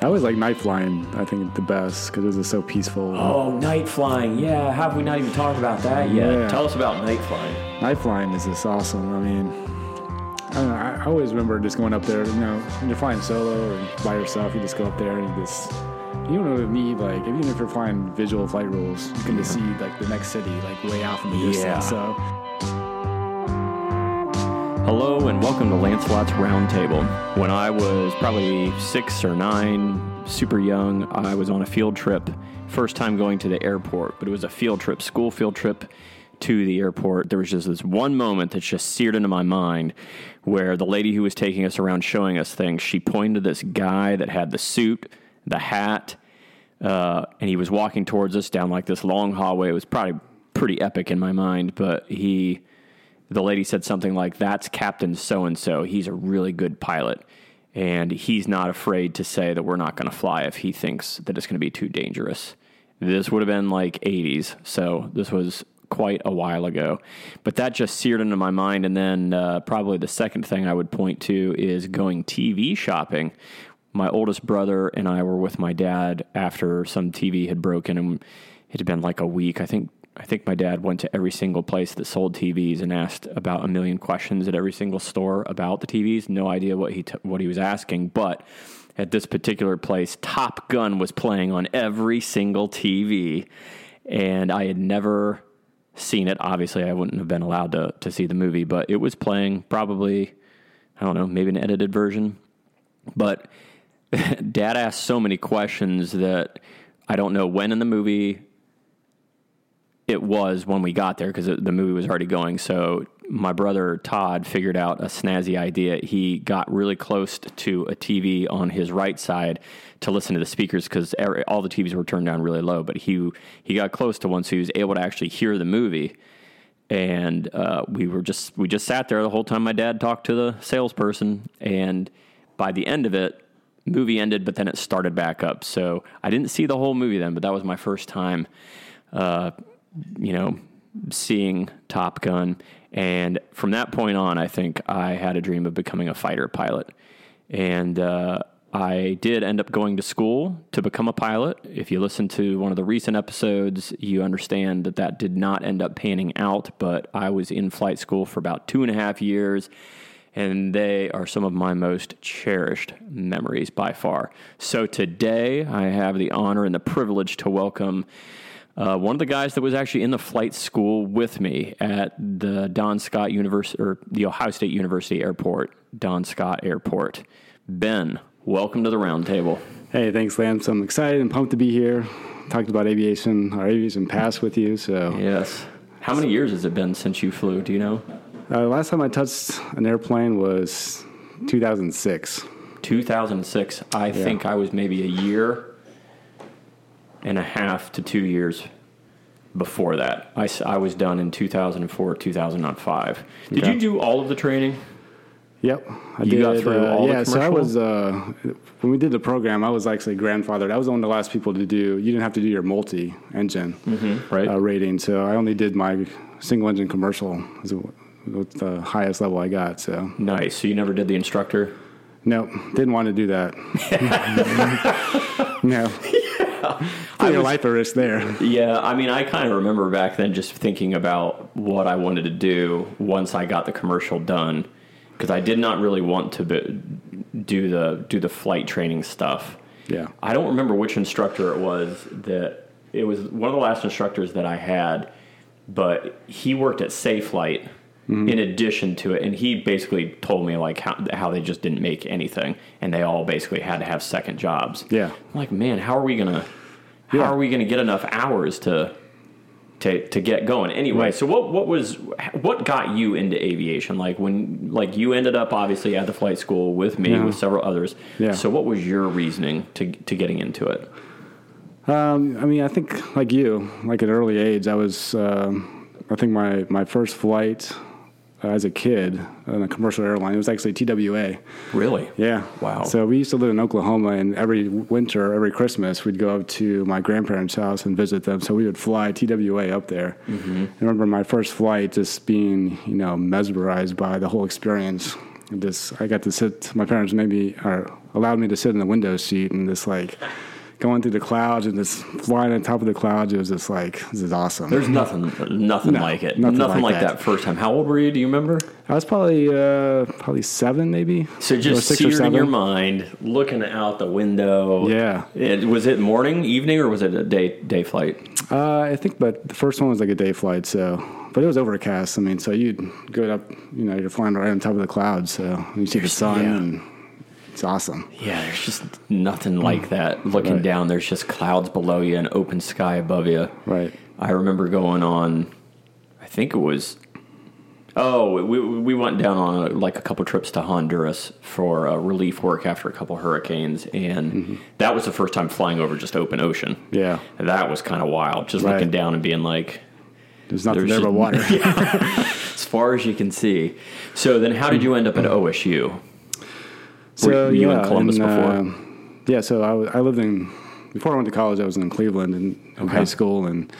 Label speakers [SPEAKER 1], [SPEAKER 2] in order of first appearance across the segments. [SPEAKER 1] I always like night flying. I think the best because it was just so peaceful.
[SPEAKER 2] Oh, night flying. Yeah, how have we not even talked about that yet?
[SPEAKER 1] Yeah.
[SPEAKER 2] Tell us about night flying.
[SPEAKER 1] Night flying is just awesome. I mean, I, don't know, I I always remember just going up there. You know, when you're flying solo or by yourself, you just go up there and you just you don't really need like even if you're flying visual flight rules, you can just see like the next city like way out from the distance.
[SPEAKER 2] Yeah.
[SPEAKER 1] So
[SPEAKER 2] Hello and welcome to Lancelot's Roundtable. When I was probably six or nine, super young, I was on a field trip, first time going to the airport, but it was a field trip, school field trip to the airport. There was just this one moment that's just seared into my mind where the lady who was taking us around showing us things, she pointed to this guy that had the suit, the hat, uh, and he was walking towards us down like this long hallway. It was probably pretty epic in my mind, but he, the lady said something like, "That's Captain So and So. He's a really good pilot, and he's not afraid to say that we're not going to fly if he thinks that it's going to be too dangerous." This would have been like '80s, so this was quite a while ago, but that just seared into my mind. And then uh, probably the second thing I would point to is going TV shopping my oldest brother and I were with my dad after some TV had broken, and it had been like a week. I think I think my dad went to every single place that sold TVs and asked about a million questions at every single store about the TVs. No idea what he t- what he was asking, but at this particular place, Top Gun was playing on every single TV, and I had never seen it. Obviously, I wouldn't have been allowed to to see the movie, but it was playing probably. I don't know, maybe an edited version but dad asked so many questions that I don't know when in the movie it was when we got there because the movie was already going. So my brother Todd figured out a snazzy idea. He got really close to a TV on his right side to listen to the speakers because all the TVs were turned down really low. But he he got close to one, so he was able to actually hear the movie and uh, we were just we just sat there the whole time my dad talked to the salesperson and by the end of it movie ended but then it started back up so i didn't see the whole movie then but that was my first time uh, you know seeing top gun and from that point on i think i had a dream of becoming a fighter pilot and uh, I did end up going to school to become a pilot. If you listen to one of the recent episodes, you understand that that did not end up panning out, but I was in flight school for about two and a half years, and they are some of my most cherished memories by far. So today, I have the honor and the privilege to welcome uh, one of the guys that was actually in the flight school with me at the Don Scott University or the Ohio State University Airport, Don Scott Airport. Ben, welcome to the roundtable.
[SPEAKER 1] hey, thanks, Lance. I'm excited and pumped to be here. Talked about aviation, our aviation past with you. So
[SPEAKER 2] Yes. How many years has it been since you flew? Do you know?
[SPEAKER 1] uh, last time I touched an airplane was 2006.
[SPEAKER 2] 2006. I think I was maybe a year and a half to two years before that. I, s- I was done in 2004, 2005. Did
[SPEAKER 1] Okay.
[SPEAKER 2] you do all of the training?
[SPEAKER 1] Yep, I uh,
[SPEAKER 2] You got through all the
[SPEAKER 1] yeah, so I
[SPEAKER 2] commercial?
[SPEAKER 1] was uh, when we did the program, I was actually grandfathered. I was one of the last people to do. You didn't have to do your multi-engine
[SPEAKER 2] Mm-hmm, Right.
[SPEAKER 1] uh, rating, so I only did my single-engine commercial. Was was the highest level I got. So
[SPEAKER 2] nice. So you never did the instructor?
[SPEAKER 1] no, didn't want to do that. no, put your life at risk there.
[SPEAKER 2] Yeah, I mean, I kind of remember back then just thinking about what I wanted to do once I got the commercial done, because I did not really want to be, do the do the flight training stuff.
[SPEAKER 1] Yeah,
[SPEAKER 2] I don't remember which instructor it was that it was one of the last instructors that I had, but he worked at Safe Flight
[SPEAKER 1] Mm-hmm.
[SPEAKER 2] in addition to it, and he basically told me like how how they just didn't make anything, and they all basically had to have second jobs.
[SPEAKER 1] Yeah.
[SPEAKER 2] I'm like man, how are we gonna how
[SPEAKER 1] Yeah.
[SPEAKER 2] are we gonna get enough hours to to to get going anyway? So what what was what got you into aviation? Like when like you ended up obviously at the flight school with me
[SPEAKER 1] Yeah.
[SPEAKER 2] with several others.
[SPEAKER 1] Yeah.
[SPEAKER 2] So what was your reasoning to to getting into it?
[SPEAKER 1] Um, I mean, I think like you, like at an early age, I was. um I think my my first flight uh, as a kid on a commercial airline. It was actually TWA.
[SPEAKER 2] Really?
[SPEAKER 1] Yeah.
[SPEAKER 2] Wow.
[SPEAKER 1] So we used to live in Oklahoma, and every winter, every Christmas, we'd go up to my grandparents' house and visit them. So we would fly TWA up there.
[SPEAKER 2] Mm-hmm.
[SPEAKER 1] I remember my first flight just being, you know, mesmerized by the whole experience. And just I got to sit. My parents maybe or allowed me to sit in the window seat and just like going through the clouds and just flying on top of the clouds. It was just like this is awesome.
[SPEAKER 2] There's nothing, nothing
[SPEAKER 1] No,
[SPEAKER 2] like it. Nothing,
[SPEAKER 1] nothing
[SPEAKER 2] like,
[SPEAKER 1] like
[SPEAKER 2] that.
[SPEAKER 1] that.
[SPEAKER 2] first time. How old were you? Do you remember?
[SPEAKER 1] I was probably uh, probably seven maybe.
[SPEAKER 2] So
[SPEAKER 1] or
[SPEAKER 2] just
[SPEAKER 1] six or
[SPEAKER 2] seared in
[SPEAKER 1] seven.
[SPEAKER 2] your mind, looking out the window.
[SPEAKER 1] Yeah.
[SPEAKER 2] It, was it morning, evening, or was it a day day flight?
[SPEAKER 1] Uh, I think, but the first one was like a day flight, so but it was overcast. I mean, so you'd go up, you know, you're flying right on top of the clouds, so you see the sun,
[SPEAKER 2] yeah.
[SPEAKER 1] and it's awesome.
[SPEAKER 2] Yeah, there's just nothing like that. Looking
[SPEAKER 1] Right.
[SPEAKER 2] down, there's just clouds below you and open sky above you.
[SPEAKER 1] Right.
[SPEAKER 2] I remember going on. I think it was. Oh, we we went down on like a couple trips to Honduras for uh, relief work after a couple hurricanes, and
[SPEAKER 1] Mm-hmm.
[SPEAKER 2] that was the first time flying over just open ocean.
[SPEAKER 1] Yeah.
[SPEAKER 2] And that was kind of wild. Just
[SPEAKER 1] Right.
[SPEAKER 2] looking down and being like,
[SPEAKER 1] There's nothing
[SPEAKER 2] There's
[SPEAKER 1] there but
[SPEAKER 2] just-
[SPEAKER 1] water.
[SPEAKER 2] as far as you can see. So then, how did you end up at OSU?
[SPEAKER 1] Mm-hmm. So
[SPEAKER 2] Were you in
[SPEAKER 1] yeah, uh,
[SPEAKER 2] Columbus before?
[SPEAKER 1] yeah, so I, was, I lived in before I went to college. I was in Cleveland in, in high school, and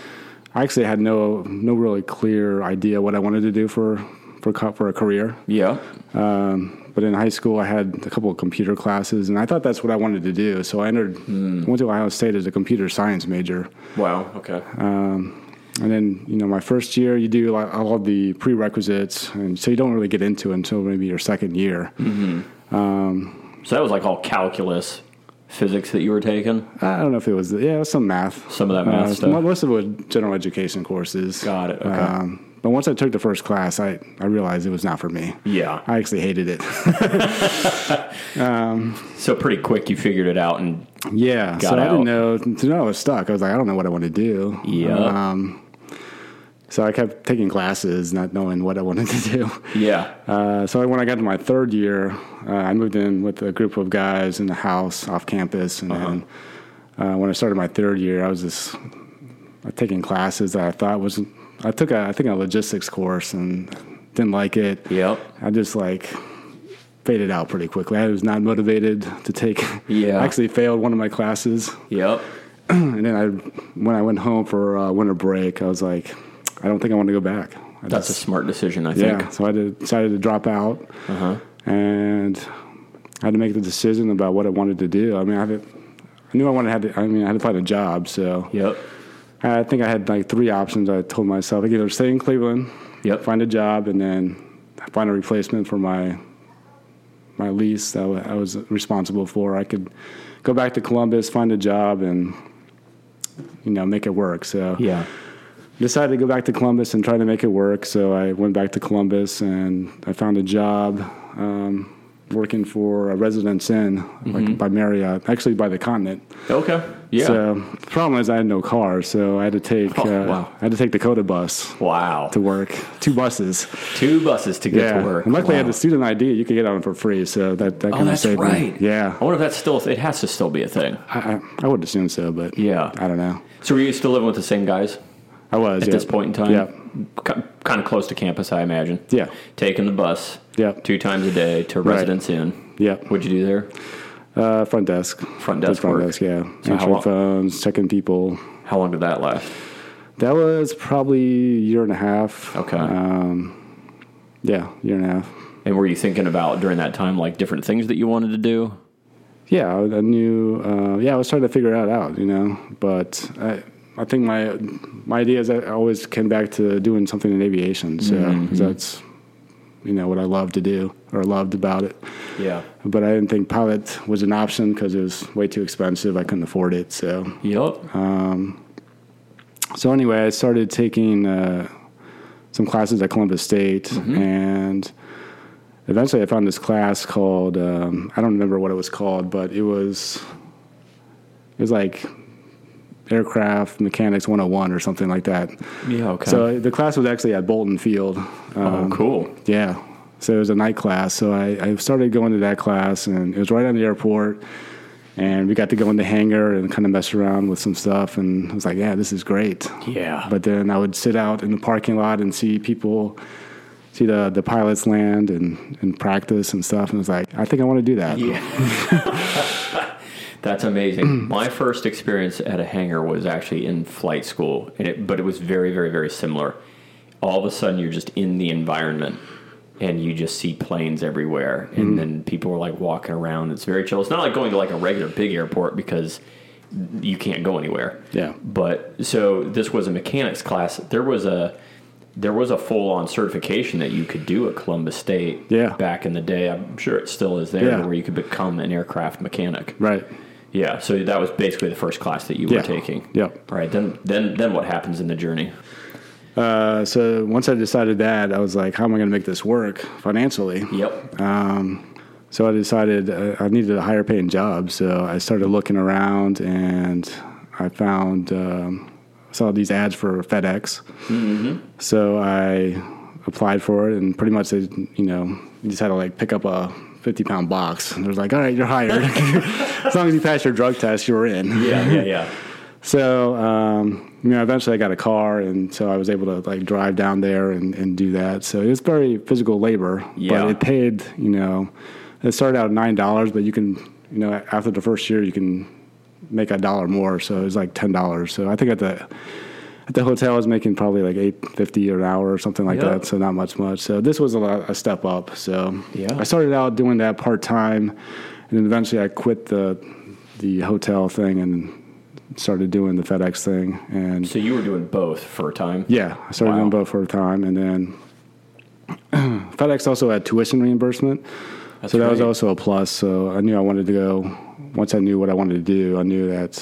[SPEAKER 1] I actually had no no really clear idea what I wanted to do for for co- for a career.
[SPEAKER 2] Yeah,
[SPEAKER 1] Um, but in high school, I had a couple of computer classes, and I thought that's what I wanted to do. So I entered,
[SPEAKER 2] Hmm.
[SPEAKER 1] went to Ohio State as a computer science major.
[SPEAKER 2] wow, okay,
[SPEAKER 1] Uh, And then, you know, my first year, you do like all of the prerequisites, and so you don't really get into it until maybe your second year.
[SPEAKER 2] Hmm. so that was like all calculus, physics that you were taking.
[SPEAKER 1] I don't know if it was, yeah, it was some math.
[SPEAKER 2] Some of that math
[SPEAKER 1] Uh,
[SPEAKER 2] stuff.
[SPEAKER 1] mo- Most of it was general education courses.
[SPEAKER 2] Got it, okay.
[SPEAKER 1] Um, but once I took the first class, I, I realized it was not for me.
[SPEAKER 2] Yeah.
[SPEAKER 1] I actually hated it.
[SPEAKER 2] So pretty quick, you figured it out, and
[SPEAKER 1] Yeah, so I
[SPEAKER 2] out.
[SPEAKER 1] didn't know. To know I was stuck, I was like, I don't know what I want to do.
[SPEAKER 2] Yeah.
[SPEAKER 1] Um, so I kept taking classes, not knowing what I wanted to do.
[SPEAKER 2] yeah,
[SPEAKER 1] Uh, so when I got to my third year, uh, I moved in with a group of guys in the house off campus, and then uh, when I started my third year, I was just uh, taking classes that I thought was. I took a, I think a logistics course and didn't like it.
[SPEAKER 2] Yep.
[SPEAKER 1] I just like faded out pretty quickly. I was not motivated to take.
[SPEAKER 2] Yeah.
[SPEAKER 1] I actually failed one of my classes,
[SPEAKER 2] yep.
[SPEAKER 1] and then I when I went home for uh, winter break, I was like, I don't think I want to go back. I
[SPEAKER 2] That's a
[SPEAKER 1] just-
[SPEAKER 2] smart decision, I think.
[SPEAKER 1] yeah. So I did- decided to drop out,
[SPEAKER 2] Uh-huh.
[SPEAKER 1] and I had to make the decision about what I wanted to do. I mean, I had to, I knew I wanted to have. To, I mean, I had to find a job, so
[SPEAKER 2] Yep.
[SPEAKER 1] I think I had like three options. I told myself I could either stay in Cleveland,
[SPEAKER 2] Yep.
[SPEAKER 1] find a job, and then find a replacement for my my lease that I was responsible for. I could go back to Columbus, find a job, and you know make it work. So
[SPEAKER 2] Yeah.
[SPEAKER 1] decided to go back to Columbus and try to make it work. So I went back to Columbus and I found a job um, working for a Residence Inn like by Marriott, actually by the Continent.
[SPEAKER 2] Okay. Mm-hmm. Yeah.
[SPEAKER 1] So the problem is I had no car, so I had to take
[SPEAKER 2] Oh,
[SPEAKER 1] uh,
[SPEAKER 2] wow.
[SPEAKER 1] I had to take Dakota bus
[SPEAKER 2] wow.
[SPEAKER 1] to work, two buses.
[SPEAKER 2] Two buses to get to work.
[SPEAKER 1] and luckily I had
[SPEAKER 2] Wow.
[SPEAKER 1] the student ID. You could get on it for free, so that that
[SPEAKER 2] Oh,
[SPEAKER 1] kind of
[SPEAKER 2] that's
[SPEAKER 1] saved
[SPEAKER 2] right.
[SPEAKER 1] me.
[SPEAKER 2] I
[SPEAKER 1] Yeah,
[SPEAKER 2] wonder if that's still. It has to still be a thing.
[SPEAKER 1] I, I, I would assume so, but
[SPEAKER 2] Yeah.
[SPEAKER 1] I don't know.
[SPEAKER 2] So were you still living with the same guys
[SPEAKER 1] I was
[SPEAKER 2] at this point in time?
[SPEAKER 1] Yeah,
[SPEAKER 2] Kind of close to campus, I imagine.
[SPEAKER 1] yeah,
[SPEAKER 2] Taking the bus.
[SPEAKER 1] Yeah.
[SPEAKER 2] Two times a day to Residence Inn.
[SPEAKER 1] yeah.
[SPEAKER 2] What'd you do there?
[SPEAKER 1] Uh, front desk.
[SPEAKER 2] Front
[SPEAKER 1] Just
[SPEAKER 2] desk
[SPEAKER 1] front
[SPEAKER 2] work.
[SPEAKER 1] desk, yeah.
[SPEAKER 2] So how
[SPEAKER 1] Answering
[SPEAKER 2] long-
[SPEAKER 1] phones, checking people.
[SPEAKER 2] How long did that last?
[SPEAKER 1] That was probably a year and a half.
[SPEAKER 2] Okay.
[SPEAKER 1] Uh, Yeah, year and a half.
[SPEAKER 2] and were you thinking about during that time like different things that you wanted to do?
[SPEAKER 1] Yeah, I, I knew. Uh, yeah, I was trying to figure that out, you know. But I, I think my my idea is I always came back to doing something in aviation. So
[SPEAKER 2] Mm-hmm.
[SPEAKER 1] 'cause that's you know what I love to do or loved about it.
[SPEAKER 2] Yeah.
[SPEAKER 1] But I didn't think pilot was an option because it was way too expensive. I couldn't afford it. So
[SPEAKER 2] Yep.
[SPEAKER 1] So anyway, I started taking uh, some classes at Columbus State, and eventually I found this class called um, I don't remember what it was called, but it was it was like aircraft mechanics 101 or something like that.
[SPEAKER 2] yeah. Okay.
[SPEAKER 1] So the class was actually at Bolton Field. Um,
[SPEAKER 2] oh, cool.
[SPEAKER 1] yeah. So it was a night class. So I, I started going to that class, and it was right on the airport. And we got to go in the hangar and kind of mess around with some stuff. And I was like, yeah, this is great.
[SPEAKER 2] Yeah.
[SPEAKER 1] But then I would sit out in the parking lot and see people, see the, the pilots land and, and practice and stuff. And I was like, I think I want to do that.
[SPEAKER 2] Yeah. That's
[SPEAKER 1] Mm.
[SPEAKER 2] amazing. My first experience at a hangar was actually in flight school, and it, but it was very, very, very similar. All of a sudden, you're just in the environment. and you just see planes everywhere,
[SPEAKER 1] Mm.
[SPEAKER 2] and then people are like walking around. It's very chill. It's not like going to like a regular big airport because you can't go anywhere.
[SPEAKER 1] Yeah.
[SPEAKER 2] But so this was a mechanics class. There was a there was a full on certification that you could do at Columbus State.
[SPEAKER 1] Yeah.
[SPEAKER 2] Back in the day, I'm sure it still is there,
[SPEAKER 1] Yeah.
[SPEAKER 2] where you could become an aircraft mechanic.
[SPEAKER 1] Right.
[SPEAKER 2] Yeah. So that was basically the first class that you
[SPEAKER 1] Yeah.
[SPEAKER 2] were taking.
[SPEAKER 1] Yep.
[SPEAKER 2] All right. Then then then what happens in the journey?
[SPEAKER 1] Uh, so once I decided that, I was like, how am I going to make this work financially?
[SPEAKER 2] Yep.
[SPEAKER 1] So I decided uh, I needed a higher paying job. So I started looking around and I found, um, saw these ads for FedEx. So I applied for it and pretty much, they, you know, you just had to like pick up a 50 pound box. And they was like, all right, you're hired. as long as you pass your drug test, you're in.
[SPEAKER 2] yeah. Yeah. Yeah.
[SPEAKER 1] So, um, you know, eventually I got a car and so I was able to like drive down there and, and do that. So it was very physical labor,
[SPEAKER 2] Yeah.
[SPEAKER 1] but it paid, you know, it started out at $9, but you can, you know, after the first year, you can make a dollar more. So it was like $10. So I think at the, at the hotel I was making probably like 850 an hour or something like
[SPEAKER 2] Yeah.
[SPEAKER 1] that. So not much, much. So this was a, lot, a step up. So
[SPEAKER 2] Yeah.
[SPEAKER 1] I started out doing that part time and then eventually I quit the, the hotel thing and started doing the FedEx thing, and
[SPEAKER 2] So you were doing both for a time.
[SPEAKER 1] yeah, I started
[SPEAKER 2] Wow.
[SPEAKER 1] doing both for a time, and then FedEx also had tuition reimbursement, so that was
[SPEAKER 2] right.
[SPEAKER 1] also a plus. So I knew I wanted to go. Once I knew what I wanted to do, I knew that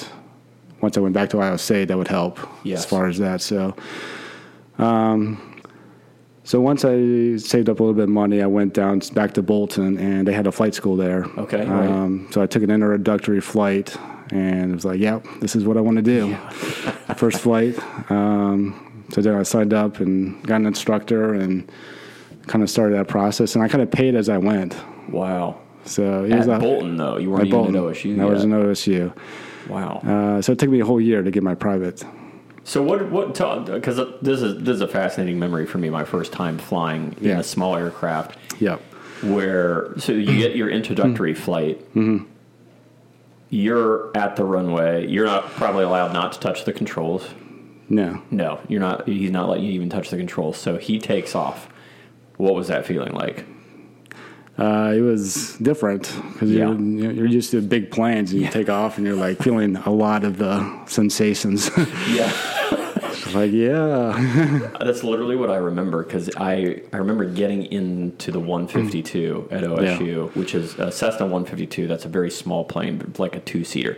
[SPEAKER 1] once I went back to Ohio State, that would help
[SPEAKER 2] Yes.
[SPEAKER 1] as far as that. So, um, so once I saved up a little bit of money, I went down back to Bolton, and they had a flight school there.
[SPEAKER 2] Okay, right.
[SPEAKER 1] Um, so I took an introductory flight, and it was like, "Yep, this is what I want to do." First flight. Um, so then I signed up and got an instructor and kind of started that process. And I kind of paid as I went.
[SPEAKER 2] Wow.
[SPEAKER 1] So it
[SPEAKER 2] At
[SPEAKER 1] was a-
[SPEAKER 2] Bolton though, you
[SPEAKER 1] at
[SPEAKER 2] weren't
[SPEAKER 1] Bolton.
[SPEAKER 2] even at OSU.
[SPEAKER 1] I was
[SPEAKER 2] yet.
[SPEAKER 1] an OSU.
[SPEAKER 2] wow.
[SPEAKER 1] Uh, so it took me a whole year to get my private.
[SPEAKER 2] So what? What? Because this is this is a fascinating memory for me. My first time flying in
[SPEAKER 1] Yeah.
[SPEAKER 2] a small aircraft,
[SPEAKER 1] Yep.
[SPEAKER 2] where so you get your introductory
[SPEAKER 1] Mm-hmm.
[SPEAKER 2] flight. You're at the runway. You're not probably allowed not to touch the controls.
[SPEAKER 1] No.
[SPEAKER 2] No, you're not. He's not letting you even touch the controls. So he takes off. What was that feeling like?
[SPEAKER 1] Uh, it was different because
[SPEAKER 2] Yeah.
[SPEAKER 1] you're, you're used to big planes and you take off and you're like feeling a lot of the sensations.
[SPEAKER 2] Yeah.
[SPEAKER 1] like, yeah.
[SPEAKER 2] That's literally what I remember because I, I remember getting into the 152 at OSU, which is a Cessna 152. That's a very small plane, but it's like a two seater.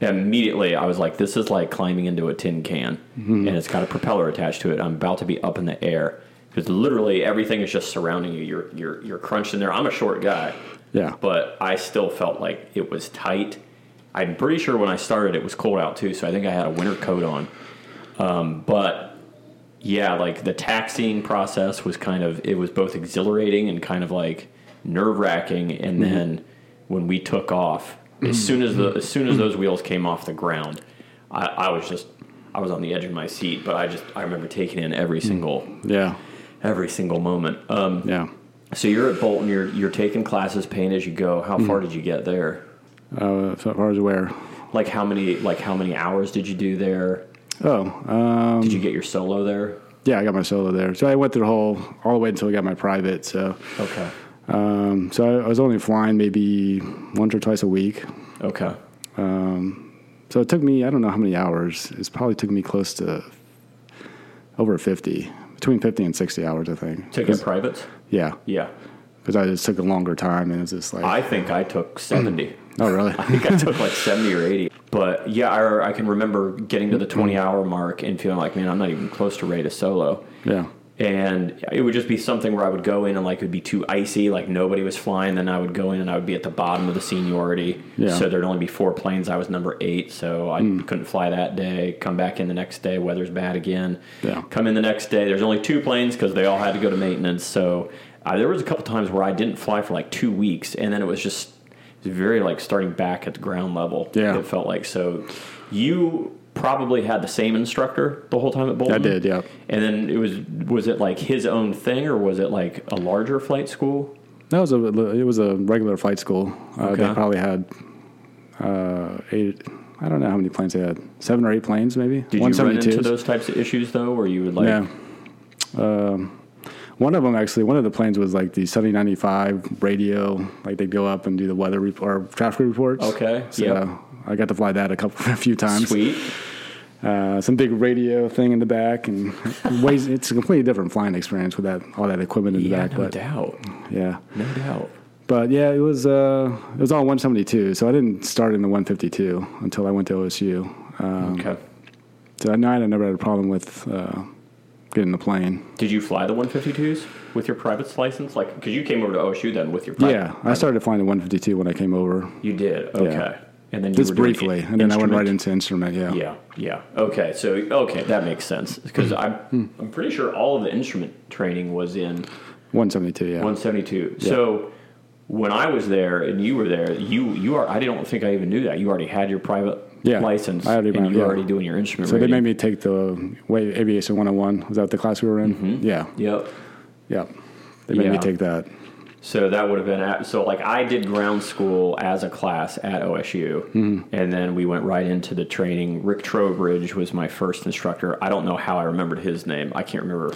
[SPEAKER 2] Immediately, I was like, this is like climbing into a tin can, and it's got a propeller attached to it. I'm about to be up in the air because literally everything is just surrounding you. You're, you're, you're crunched in there. I'm a short guy,
[SPEAKER 1] Yeah.
[SPEAKER 2] but I still felt like it was tight. I'm pretty sure when I started, it was cold out too, so I think I had a winter coat on. Um, but yeah, like the taxiing process was kind of it was both exhilarating and kind of like nerve wracking. And then when we took off, as soon as the as soon as those wheels came off the ground, I, I was just I was on the edge of my seat. But I just I remember taking in every single
[SPEAKER 1] Yeah.
[SPEAKER 2] every single moment. Um,
[SPEAKER 1] Yeah.
[SPEAKER 2] so you're at Bolton. You're you're taking classes, paying as you go. How far did you get there?
[SPEAKER 1] Uh, as far as where?
[SPEAKER 2] Like how many like how many hours did you do there?
[SPEAKER 1] Oh, um,
[SPEAKER 2] Did you get your solo there?
[SPEAKER 1] yeah, I got my solo there. So I went through the whole, all the way until I got my private. So,
[SPEAKER 2] Okay.
[SPEAKER 1] um, so I, I was only flying maybe once or twice a week.
[SPEAKER 2] Okay.
[SPEAKER 1] So it took me, I don't know how many hours. It's probably took me close to over 50, between 50 and 60 hours, I think.
[SPEAKER 2] Took it privates.
[SPEAKER 1] Yeah.
[SPEAKER 2] Yeah.
[SPEAKER 1] Because I just took a longer time and it's just like,
[SPEAKER 2] I think I took seventy.
[SPEAKER 1] oh, really?
[SPEAKER 2] I think I took like seventy or eighty. But yeah, I, I can remember getting to the twenty hour mark and feeling like, man, I'm not even close to ready to solo.
[SPEAKER 1] yeah.
[SPEAKER 2] and it would just be something where I would go in and like it would be too icy, like nobody was flying. Then I would go in and I would be at the bottom of the seniority,
[SPEAKER 1] Yeah. Hmm.
[SPEAKER 2] so there'd only be four planes. I was number eight, so I couldn't fly that day. Come back in the next day, weather's bad again.
[SPEAKER 1] Yeah.
[SPEAKER 2] Come in the next day, there's only two planes because they all had to go to maintenance. So I, there was a couple times where I didn't fly for like two weeks, and then it was just it was very like starting back at the ground level.
[SPEAKER 1] Yeah.
[SPEAKER 2] it felt like so. You probably had the same instructor the whole time at Bolton.
[SPEAKER 1] I did, yeah.
[SPEAKER 2] And then it was was it like his own thing or was it like a larger flight school?
[SPEAKER 1] That was a, it was a regular flight school. Uh,
[SPEAKER 2] Okay.
[SPEAKER 1] They probably had uh, eight, I don't know how many planes they had, seven or eight planes maybe.
[SPEAKER 2] Did you run into
[SPEAKER 1] 172s.
[SPEAKER 2] those types of issues though, where you would like?
[SPEAKER 1] Yeah. Um, One of them actually, one of the planes was like the 7095 radio. Like they go up and do the weather rep- or traffic reports.
[SPEAKER 2] Okay,
[SPEAKER 1] So
[SPEAKER 2] yep.
[SPEAKER 1] I got to fly that a couple, a few times.
[SPEAKER 2] Sweet.
[SPEAKER 1] Uh, some big radio thing in the back, and ways. It's a completely different flying experience with that all that equipment in the
[SPEAKER 2] Yeah,
[SPEAKER 1] back.
[SPEAKER 2] no
[SPEAKER 1] but
[SPEAKER 2] doubt.
[SPEAKER 1] yeah,
[SPEAKER 2] No doubt.
[SPEAKER 1] but yeah, it was uh, it was on 172. So I didn't start in the 152 until I went to OSU. Um,
[SPEAKER 2] Okay.
[SPEAKER 1] So at night, I never had a problem with uh, getting the plane.
[SPEAKER 2] Did you fly the 152s with your private's license? Like, because you came over to OSU then with your private.
[SPEAKER 1] yeah, I started flying the 152 when I came over,
[SPEAKER 2] You did. Okay. And then you
[SPEAKER 1] just
[SPEAKER 2] were doing
[SPEAKER 1] briefly, and
[SPEAKER 2] in-
[SPEAKER 1] then I went
[SPEAKER 2] instrument.
[SPEAKER 1] right into instrument. Yeah.
[SPEAKER 2] Yeah, yeah. Okay, so okay, that makes sense because
[SPEAKER 1] Hmm.
[SPEAKER 2] I'm I'm pretty sure all of the instrument training was in
[SPEAKER 1] 172. Yeah.
[SPEAKER 2] 172. So when I was there and you were there, you you are I don't think I even knew that you already had your private
[SPEAKER 1] Yeah,
[SPEAKER 2] license
[SPEAKER 1] I already
[SPEAKER 2] and
[SPEAKER 1] had-
[SPEAKER 2] you were
[SPEAKER 1] yeah.
[SPEAKER 2] already doing your instrument.
[SPEAKER 1] so they
[SPEAKER 2] rating.
[SPEAKER 1] made me take the way aviation 101. Was that the class we were in? Yeah.
[SPEAKER 2] Yep.
[SPEAKER 1] Yeah. They made
[SPEAKER 2] Mm-hmm. Yeah.
[SPEAKER 1] me take that.
[SPEAKER 2] So that would have been at, so like I did ground school as a class at OSU,
[SPEAKER 1] Mm-hmm.
[SPEAKER 2] and then we went right into the training. Rick Trowbridge was my first instructor. I don't know how I remembered his name. I can't remember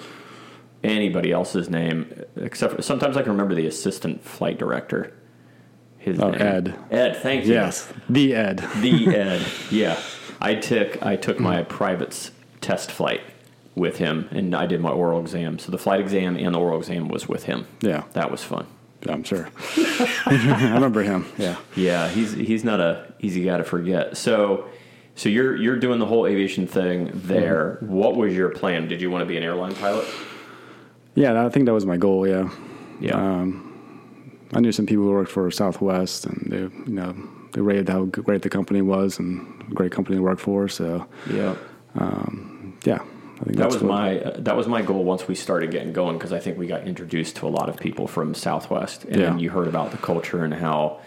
[SPEAKER 2] anybody else's name except for, sometimes I can remember the assistant flight director. His
[SPEAKER 1] Oh,
[SPEAKER 2] name.
[SPEAKER 1] Ed.
[SPEAKER 2] Ed, thank you
[SPEAKER 1] Yes. The Ed.
[SPEAKER 2] the Ed. Yeah, I took I took my privates test flight with him, and I did my oral exam. So the flight exam and the oral exam was with him.
[SPEAKER 1] Yeah.
[SPEAKER 2] that was fun.
[SPEAKER 1] I'm sure. I remember him. Yeah.
[SPEAKER 2] Yeah, he's he's not a easy guy to forget. So. So you're you're doing the whole aviation thing there. What was your plan? Did you want to be an airline pilot?
[SPEAKER 1] Yeah. I think that was my goal. Yeah.
[SPEAKER 2] Yeah.
[SPEAKER 1] I knew some people who worked for Southwest, and they, you know, they raved how great the company was and great company to work for. So,
[SPEAKER 2] yeah.
[SPEAKER 1] yeah, I think
[SPEAKER 2] That
[SPEAKER 1] that's
[SPEAKER 2] was
[SPEAKER 1] what-
[SPEAKER 2] my uh, that was my goal once we started getting going because I think we got introduced to a lot of people from Southwest and then
[SPEAKER 1] Yeah.
[SPEAKER 2] you heard about the culture and how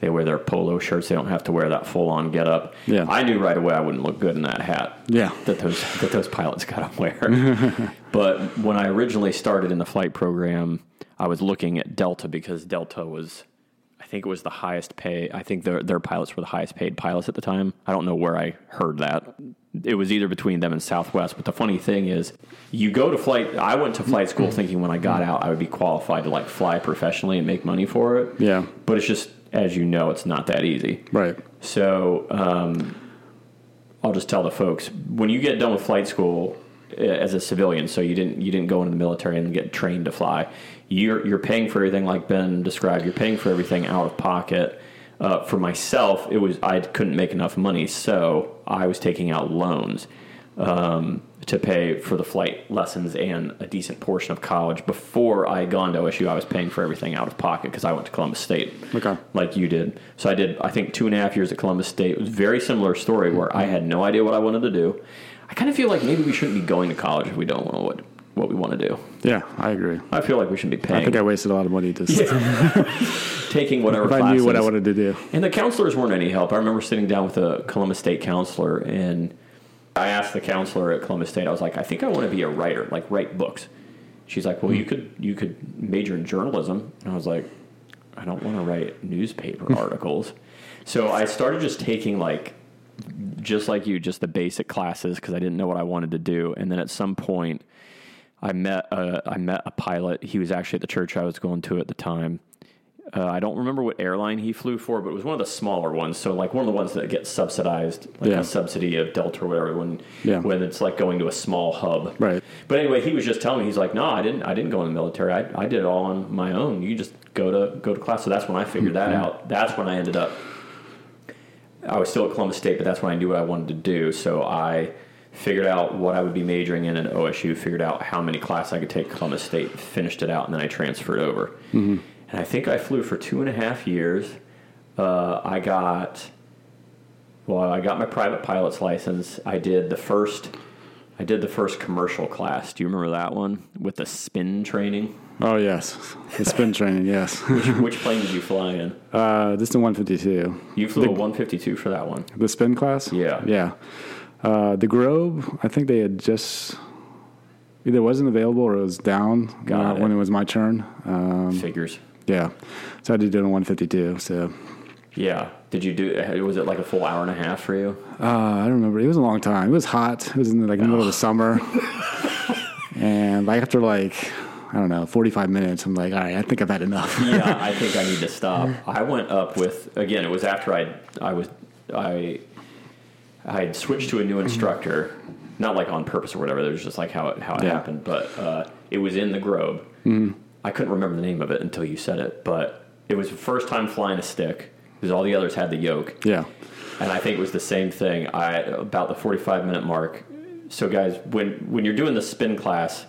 [SPEAKER 2] they wear their polo shirts they don't have to wear that full on get up.
[SPEAKER 1] Yeah.
[SPEAKER 2] I knew right away I wouldn't look good in that hat.
[SPEAKER 1] Yeah.
[SPEAKER 2] that those that those pilots got to wear. but when I originally started in the flight program, I was looking at Delta because Delta was. I think it was the highest pay. I think their their pilots were the highest paid pilots at the time. I don't know where I heard that. It was either between them and Southwest. But the funny thing is, you go to flight. I went to flight school thinking when I got out I would be qualified to like fly professionally and make money for it.
[SPEAKER 1] Yeah.
[SPEAKER 2] But it's just as you know, it's not that easy.
[SPEAKER 1] right.
[SPEAKER 2] So um, I'll just tell the folks when you get done with flight school uh, as a civilian, so you didn't you didn't go into the military and get trained to fly. You're you're paying for everything like Ben described. You're paying for everything out of pocket. Uh, for myself, it was I couldn't make enough money, so I was taking out loans um, to pay for the flight lessons and a decent portion of college. Before I had gone to OSU, I was paying for everything out of pocket because I went to Columbus State
[SPEAKER 1] Okay.
[SPEAKER 2] like you did. So I did, I think, two and a half years at Columbus State. It was a very similar story where I had no idea what I wanted to do. I kind of feel like maybe we shouldn't be going to college if we don't know what, what we want to do.
[SPEAKER 1] Yeah, I agree.
[SPEAKER 2] I feel like we should be
[SPEAKER 1] I
[SPEAKER 2] paying,
[SPEAKER 1] think I wasted a lot of money just
[SPEAKER 2] taking whatever
[SPEAKER 1] if
[SPEAKER 2] classes.
[SPEAKER 1] I knew what I wanted to do.
[SPEAKER 2] And the counselors weren't any help. I remember sitting down with a Columbus State counselor, and I asked the counselor at Columbus State. I was like, "I think I want to be a writer, like write books." She's like,
[SPEAKER 1] Hmm.
[SPEAKER 2] "Well, you could you could major in journalism," and I was like, "I don't want to write newspaper articles." So I started just taking like just like you, just the basic classes because I didn't know what I wanted to do. And then at some point, I met a, I met a pilot. He was actually at the church I was going to at the time. Uh, I don't remember what airline he flew for, but it was one of the smaller ones. So like one of the ones that gets subsidized, like
[SPEAKER 1] Yeah.
[SPEAKER 2] a subsidy of Delta or whatever. When
[SPEAKER 1] Yeah.
[SPEAKER 2] when it's like going to a small hub,
[SPEAKER 1] Right.
[SPEAKER 2] But anyway, he was just telling me he's like, no, I didn't. I didn't go in the military. I, I did it all on my own. You just go to go to class. So that's when I figured that out. That's when I ended up I was still at Columbus State, but that's when I knew what I wanted to do. So I figured out what I would be majoring in at OSU, figured out how many classes I could take at Columbus State, finished it out, and then I transferred over. And I think I flew for two and a half years. Uh, I got, well, I got my private pilot's license. I did the first, I did the first commercial class. Do you remember that one with the spin training?
[SPEAKER 1] Oh yes, the spin training. Yes,
[SPEAKER 2] Which plane did you fly in?
[SPEAKER 1] uh, this is the 152.
[SPEAKER 2] You flew a 152 for that one.
[SPEAKER 1] The spin class?
[SPEAKER 2] Yeah.
[SPEAKER 1] Yeah. Uh, the Grove, I think they had just either wasn't available or it was down
[SPEAKER 2] Got
[SPEAKER 1] uh,
[SPEAKER 2] it.
[SPEAKER 1] when it was my turn. Um,
[SPEAKER 2] Figures.
[SPEAKER 1] yeah. So I did it on 152. So
[SPEAKER 2] Yeah. Did you do? Was it like a full hour and a half for you?
[SPEAKER 1] uh, I don't remember. It was a long time. It was hot. It was in the, like middle of the summer. and like after like I don't know, 45 minutes. I'm like, all right, I think I've had enough.
[SPEAKER 2] yeah, I think I need to stop. I went up with again. It was after I I was I I had switched to a new instructor, not like on purpose or whatever. It was just like how it how it
[SPEAKER 1] Yeah.
[SPEAKER 2] happened. But uh, it was in the Grove. I couldn't remember the name of it until you said it. But it was the first time flying a stick because all the others had the yoke.
[SPEAKER 1] yeah.
[SPEAKER 2] and I think it was the same thing. I about the forty-five minute mark. So, guys, when when you're doing the spin class,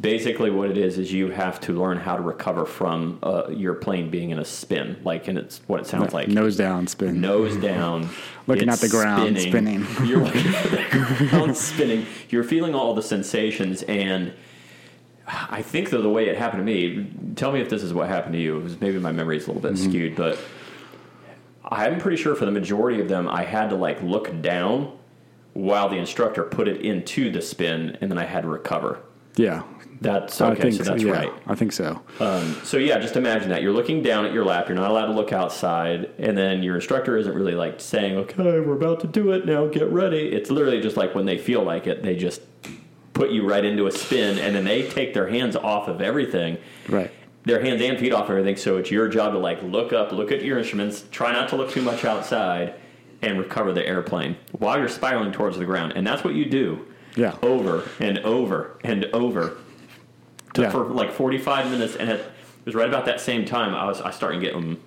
[SPEAKER 2] basically what it is is you have to learn how to recover from uh, your plane being in a spin, like and it's what it sounds like.
[SPEAKER 1] Nose down, spin.
[SPEAKER 2] Nose down,
[SPEAKER 1] Looking
[SPEAKER 2] it's
[SPEAKER 1] at the ground, spinning.
[SPEAKER 2] You're looking at the ground, spinning. You're feeling all the sensations, and I think though the way it happened to me, tell me if this is what happened to you. It was maybe my memory is a little bit
[SPEAKER 1] Mm-hmm.
[SPEAKER 2] skewed, but I'm pretty sure for the majority of them, I had to like look down while the instructor put it into the spin, and then I had to recover.
[SPEAKER 1] Yeah.
[SPEAKER 2] That's
[SPEAKER 1] I
[SPEAKER 2] okay. so that's
[SPEAKER 1] yeah,
[SPEAKER 2] right.
[SPEAKER 1] I think so.
[SPEAKER 2] Um, so yeah, just imagine that you're looking down at your lap. You're not allowed to look outside, and then your instructor isn't really like saying, "Okay, we're about to do it now. Get ready." It's literally just like when they feel like it, they just put you right into a spin, and then they take their hands off of everything,
[SPEAKER 1] Right.
[SPEAKER 2] their hands and feet off everything. So it's your job to like look up, look at your instruments, try not to look too much outside, and recover the airplane while you're spiraling towards the ground. And that's what you do
[SPEAKER 1] Yeah.
[SPEAKER 2] over and over and over to,
[SPEAKER 1] Yeah.
[SPEAKER 2] for like 45 minutes and it, it was right about that same time i was i started getting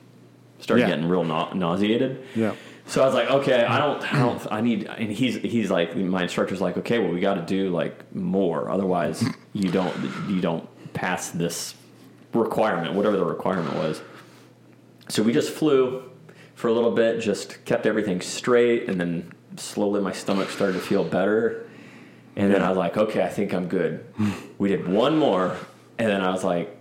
[SPEAKER 2] started
[SPEAKER 1] Yeah.
[SPEAKER 2] getting real nau- nauseated
[SPEAKER 1] Yeah.
[SPEAKER 2] so i was like okay i don't i don't i need and he's he's like my instructor's like okay well we got to do like more otherwise you don't you don't pass this requirement whatever the requirement was so we just flew for a little bit just kept everything straight and then slowly my stomach started to feel better and then I was like, okay, I think I'm good. we did one more, and then I was like,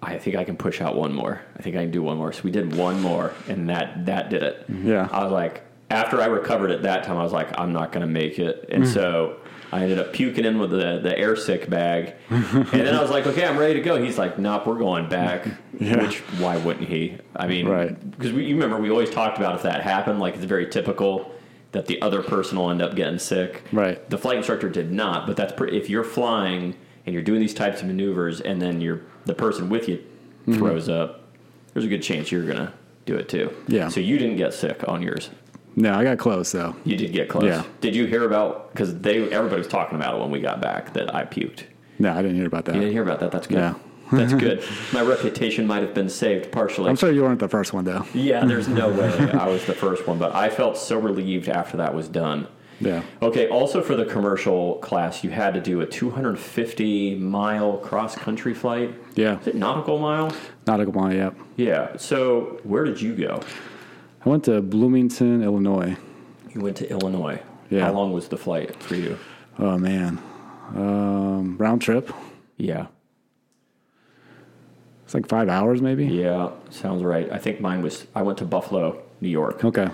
[SPEAKER 2] I think I can push out one more. I think I can do one more. So we did one more, and that that did it.
[SPEAKER 1] Mm-hmm. Yeah.
[SPEAKER 2] I was like, after I recovered at that time, I was like, I'm not gonna make it, and
[SPEAKER 1] Mm.
[SPEAKER 2] so. I ended up puking in with the, the air sick bag. And then I was like, okay, I'm ready to go. He's like, nope, we're going back.
[SPEAKER 1] Yeah.
[SPEAKER 2] Which, why wouldn't he? I mean,
[SPEAKER 1] Right.
[SPEAKER 2] because you remember we always talked about if that happened, like it's very typical that the other person will end up getting sick.
[SPEAKER 1] Right.
[SPEAKER 2] The flight instructor did not, but that's pretty, if you're flying and you're doing these types of maneuvers, and then you're the person with you
[SPEAKER 1] Mm-hmm.
[SPEAKER 2] throws up, there's a good chance you're gonna do it too.
[SPEAKER 1] Yeah.
[SPEAKER 2] So you didn't get sick on yours.
[SPEAKER 1] No, I got close though.
[SPEAKER 2] You did get close.
[SPEAKER 1] Yeah.
[SPEAKER 2] Did you hear about? Because they everybody was talking about it when we got back that I puked.
[SPEAKER 1] No, I didn't hear about that.
[SPEAKER 2] You didn't hear about that. That's good.
[SPEAKER 1] Yeah.
[SPEAKER 2] That's good. My reputation might have been saved partially.
[SPEAKER 1] I'm sure you weren't the first one though.
[SPEAKER 2] Yeah, there's no way I was the first one, but I felt so relieved after that was done.
[SPEAKER 1] Yeah.
[SPEAKER 2] Okay, also for the commercial class, you had to do a 250 mile cross country flight.
[SPEAKER 1] Yeah.
[SPEAKER 2] Is it nautical mile?
[SPEAKER 1] Nautical mile, yep.
[SPEAKER 2] Yeah. So where did you go?
[SPEAKER 1] I went to Bloomington, Illinois.
[SPEAKER 2] You went to Illinois.
[SPEAKER 1] Yeah.
[SPEAKER 2] How long was the flight for you?
[SPEAKER 1] Oh man. Um, round trip.
[SPEAKER 2] Yeah.
[SPEAKER 1] It's like five hours maybe.
[SPEAKER 2] Yeah, sounds right. I think mine was, I went to Buffalo, New York.
[SPEAKER 1] Okay.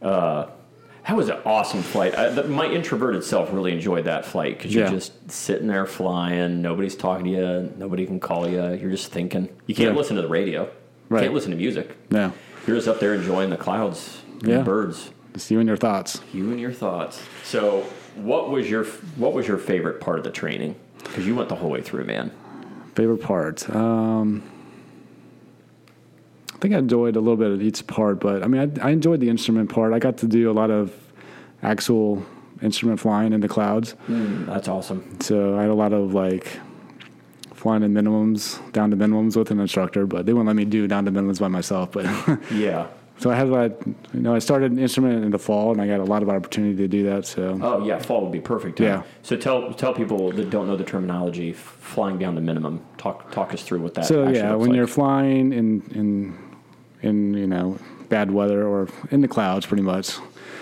[SPEAKER 2] That was an awesome flight. I, th my introverted self really enjoyed that flight because you're
[SPEAKER 1] Yeah.
[SPEAKER 2] just sitting there flying. Nobody's talking to you. Nobody can call you. You're just thinking. You can't
[SPEAKER 1] Yeah.
[SPEAKER 2] listen to the radio. You
[SPEAKER 1] Right.
[SPEAKER 2] can't listen to music.
[SPEAKER 1] No.
[SPEAKER 2] You're just up there enjoying the clouds, and
[SPEAKER 1] Yeah.
[SPEAKER 2] the birds,
[SPEAKER 1] Just you and your thoughts.
[SPEAKER 2] you and your thoughts. So, what was your what was your favorite part of the training? Because you went the whole way through, man.
[SPEAKER 1] Favorite parts. Um, I think I enjoyed a little bit of each part, but I mean, I, I enjoyed the instrument part. I got to do a lot of actual instrument flying in the clouds.
[SPEAKER 2] That's awesome.
[SPEAKER 1] So I had a lot of like flying in minimums, down to minimums with an instructor, but they wouldn't let me do down to minimums by myself. But
[SPEAKER 2] Yeah.
[SPEAKER 1] so I had like, you know, I started an instrument in the fall and I got a lot of opportunity to do that. So
[SPEAKER 2] Oh yeah, fall would be perfect. time.
[SPEAKER 1] Yeah.
[SPEAKER 2] So tell tell people that don't know the terminology, f- flying down to minimum. Talk talk us through what that.
[SPEAKER 1] So
[SPEAKER 2] actually
[SPEAKER 1] yeah,
[SPEAKER 2] looks
[SPEAKER 1] when
[SPEAKER 2] like.
[SPEAKER 1] you're flying in in in you know bad weather or in the clouds, pretty much,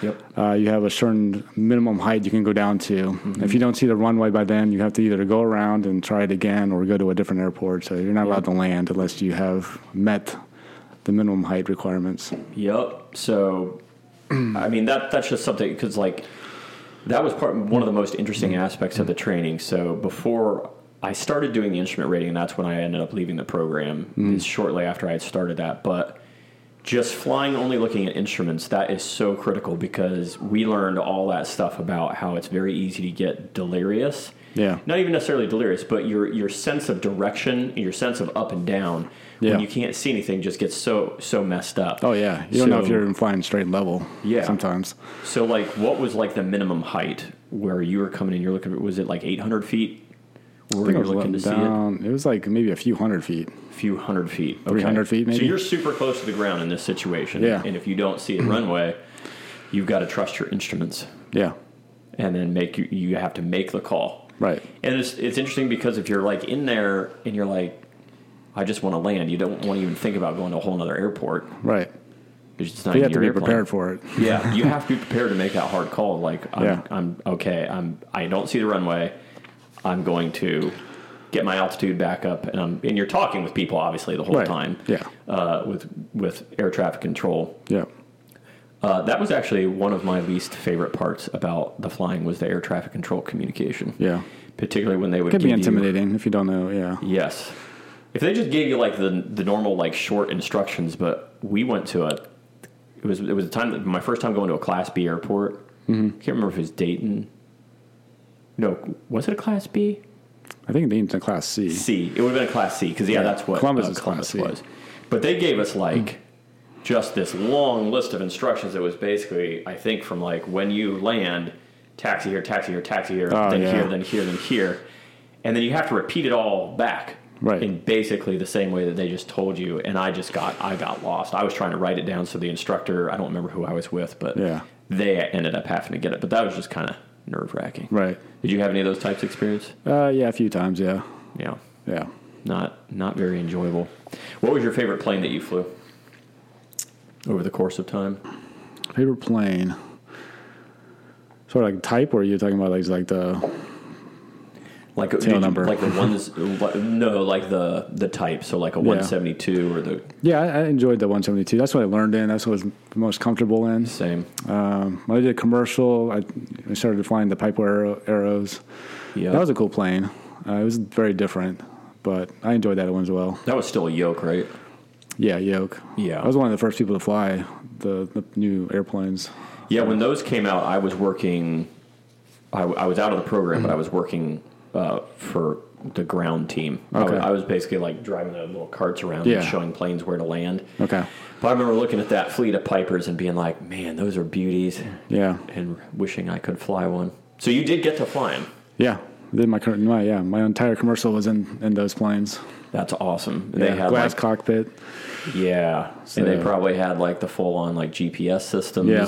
[SPEAKER 2] Yep.
[SPEAKER 1] uh, you have a certain minimum height you can go down to.
[SPEAKER 2] Mm-hmm.
[SPEAKER 1] If you don't see the runway by then, you have to either go around and try it again or go to a different airport. So you're not allowed to land unless you have met the minimum height requirements.
[SPEAKER 2] Yep. So, I mean that that's just something because like that was part one of the most interesting
[SPEAKER 1] Mm-hmm.
[SPEAKER 2] aspects of the training. So before I started doing the instrument rating, that's when I ended up leaving the program.
[SPEAKER 1] Mm.
[SPEAKER 2] Is shortly after I had started that, but just flying only looking at instruments that is so critical because we learned all that stuff about how it's very easy to get delirious
[SPEAKER 1] Yeah.
[SPEAKER 2] Not even necessarily delirious, but your your sense of direction, your sense of up and down,
[SPEAKER 1] Yeah.
[SPEAKER 2] when you can't see anything, just gets so so messed up.
[SPEAKER 1] Oh yeah, you don't know if
[SPEAKER 2] So-
[SPEAKER 1] you're in flying straight level.
[SPEAKER 2] Yeah.
[SPEAKER 1] sometimes.
[SPEAKER 2] So like, what was like the minimum height where you were coming in? You're looking. Was it like 800 feet? Where
[SPEAKER 1] I
[SPEAKER 2] you were
[SPEAKER 1] was
[SPEAKER 2] looking
[SPEAKER 1] letting
[SPEAKER 2] to see it?
[SPEAKER 1] down. It was like maybe a few hundred feet.
[SPEAKER 2] A few hundred feet. Okay.
[SPEAKER 1] 300 feet,
[SPEAKER 2] So
[SPEAKER 1] maybe?
[SPEAKER 2] you're super close to the ground in this situation.
[SPEAKER 1] Yeah.
[SPEAKER 2] And if you don't see a runway, you've got to trust your instruments
[SPEAKER 1] Yeah,
[SPEAKER 2] and then make you, you have to make the call.
[SPEAKER 1] right.
[SPEAKER 2] And it's it's interesting because if you're like in there and you're like, I just want to land, you don't want to even think about going to a whole other airport.
[SPEAKER 1] Right.
[SPEAKER 2] It's just not
[SPEAKER 1] You
[SPEAKER 2] even
[SPEAKER 1] have to
[SPEAKER 2] your
[SPEAKER 1] be
[SPEAKER 2] airplane.
[SPEAKER 1] prepared for it.
[SPEAKER 2] yeah, you have to be prepared to make that hard call. Like, I'm,
[SPEAKER 1] Yeah.
[SPEAKER 2] I'm okay. I'm I don't see the runway. I'm going to get my altitude back up, and I'm and you're talking with people obviously the whole
[SPEAKER 1] Right.
[SPEAKER 2] time.
[SPEAKER 1] Yeah.
[SPEAKER 2] uh, with with air traffic control.
[SPEAKER 1] Yeah.
[SPEAKER 2] Uh, that was actually one of my least favorite parts about the flying was the air traffic control communication.
[SPEAKER 1] Yeah.
[SPEAKER 2] particularly when they would
[SPEAKER 1] Could
[SPEAKER 2] give
[SPEAKER 1] be
[SPEAKER 2] you-
[SPEAKER 1] intimidating if you don't know. Yeah.
[SPEAKER 2] yes, if they just gave you like the the normal like short instructions, but we went to a it was it was a time my first time going to a Class B airport. mm Can't remember if it was Dayton. No, was it a Class B?
[SPEAKER 1] I think they need to class C.
[SPEAKER 2] C. It would have been a Class C because yeah, that's what uh,
[SPEAKER 1] Columbus is Class C.
[SPEAKER 2] was. But they gave us like just this long list of instructions that was basically, I think, from like when you land, taxi here, taxi here, taxi here,
[SPEAKER 1] Oh,
[SPEAKER 2] then
[SPEAKER 1] yeah.
[SPEAKER 2] here, then here, then here, and then you have to repeat it all back
[SPEAKER 1] Right.
[SPEAKER 2] in basically the same way that they just told you. And I just got I got lost. I was trying to write it down, so the instructor I don't remember who I was with, but
[SPEAKER 1] Yeah.
[SPEAKER 2] they ended up having to get it. But that was just kind of nerve wracking.
[SPEAKER 1] Right.
[SPEAKER 2] Did you have any of those types of experience?
[SPEAKER 1] Uh, yeah, a few times. Yeah.
[SPEAKER 2] Yeah
[SPEAKER 1] Yeah.
[SPEAKER 2] not not very enjoyable. What was your favorite plane that you flew over the course of time?
[SPEAKER 1] Favorite plane. Sort of like type, or are you talking about like, like the
[SPEAKER 2] Like
[SPEAKER 1] Tail
[SPEAKER 2] did you-
[SPEAKER 1] number.
[SPEAKER 2] like the ones no, like the the type. So like a one seventy two or the
[SPEAKER 1] yeah? I, I enjoyed the 172. That's what I learned in. That's what I was most comfortable in.
[SPEAKER 2] same.
[SPEAKER 1] Um, when I did commercial, I I started flying the Piper arrow, arrows.
[SPEAKER 2] Yeah,
[SPEAKER 1] That was a cool plane. Uh, it was very different, but I enjoyed that one as well.
[SPEAKER 2] still a yoke, right?
[SPEAKER 1] Yeah, yoke.
[SPEAKER 2] Yeah.
[SPEAKER 1] I was one of the first people to fly the, the new airplanes.
[SPEAKER 2] Yeah, when those came out, I was working. I, w- I was out of the program, but I was working uh, for the ground team. I
[SPEAKER 1] Okay.
[SPEAKER 2] was- I was basically like driving the little carts around
[SPEAKER 1] Yeah.
[SPEAKER 2] and showing planes where to land.
[SPEAKER 1] Okay.
[SPEAKER 2] But I remember looking at that fleet of Pipers and being like, "Man, those are beauties."
[SPEAKER 1] Yeah,
[SPEAKER 2] and wishing I could fly one. So you did get to fly him.
[SPEAKER 1] yeah. Then my current, my yeah, my entire commercial was in in those planes.
[SPEAKER 2] That's awesome.
[SPEAKER 1] Yeah,
[SPEAKER 2] They had
[SPEAKER 1] glass
[SPEAKER 2] like,
[SPEAKER 1] cockpit.
[SPEAKER 2] yeah, and they
[SPEAKER 1] So-
[SPEAKER 2] probably had like the full on like GPS systems.
[SPEAKER 1] Yeah.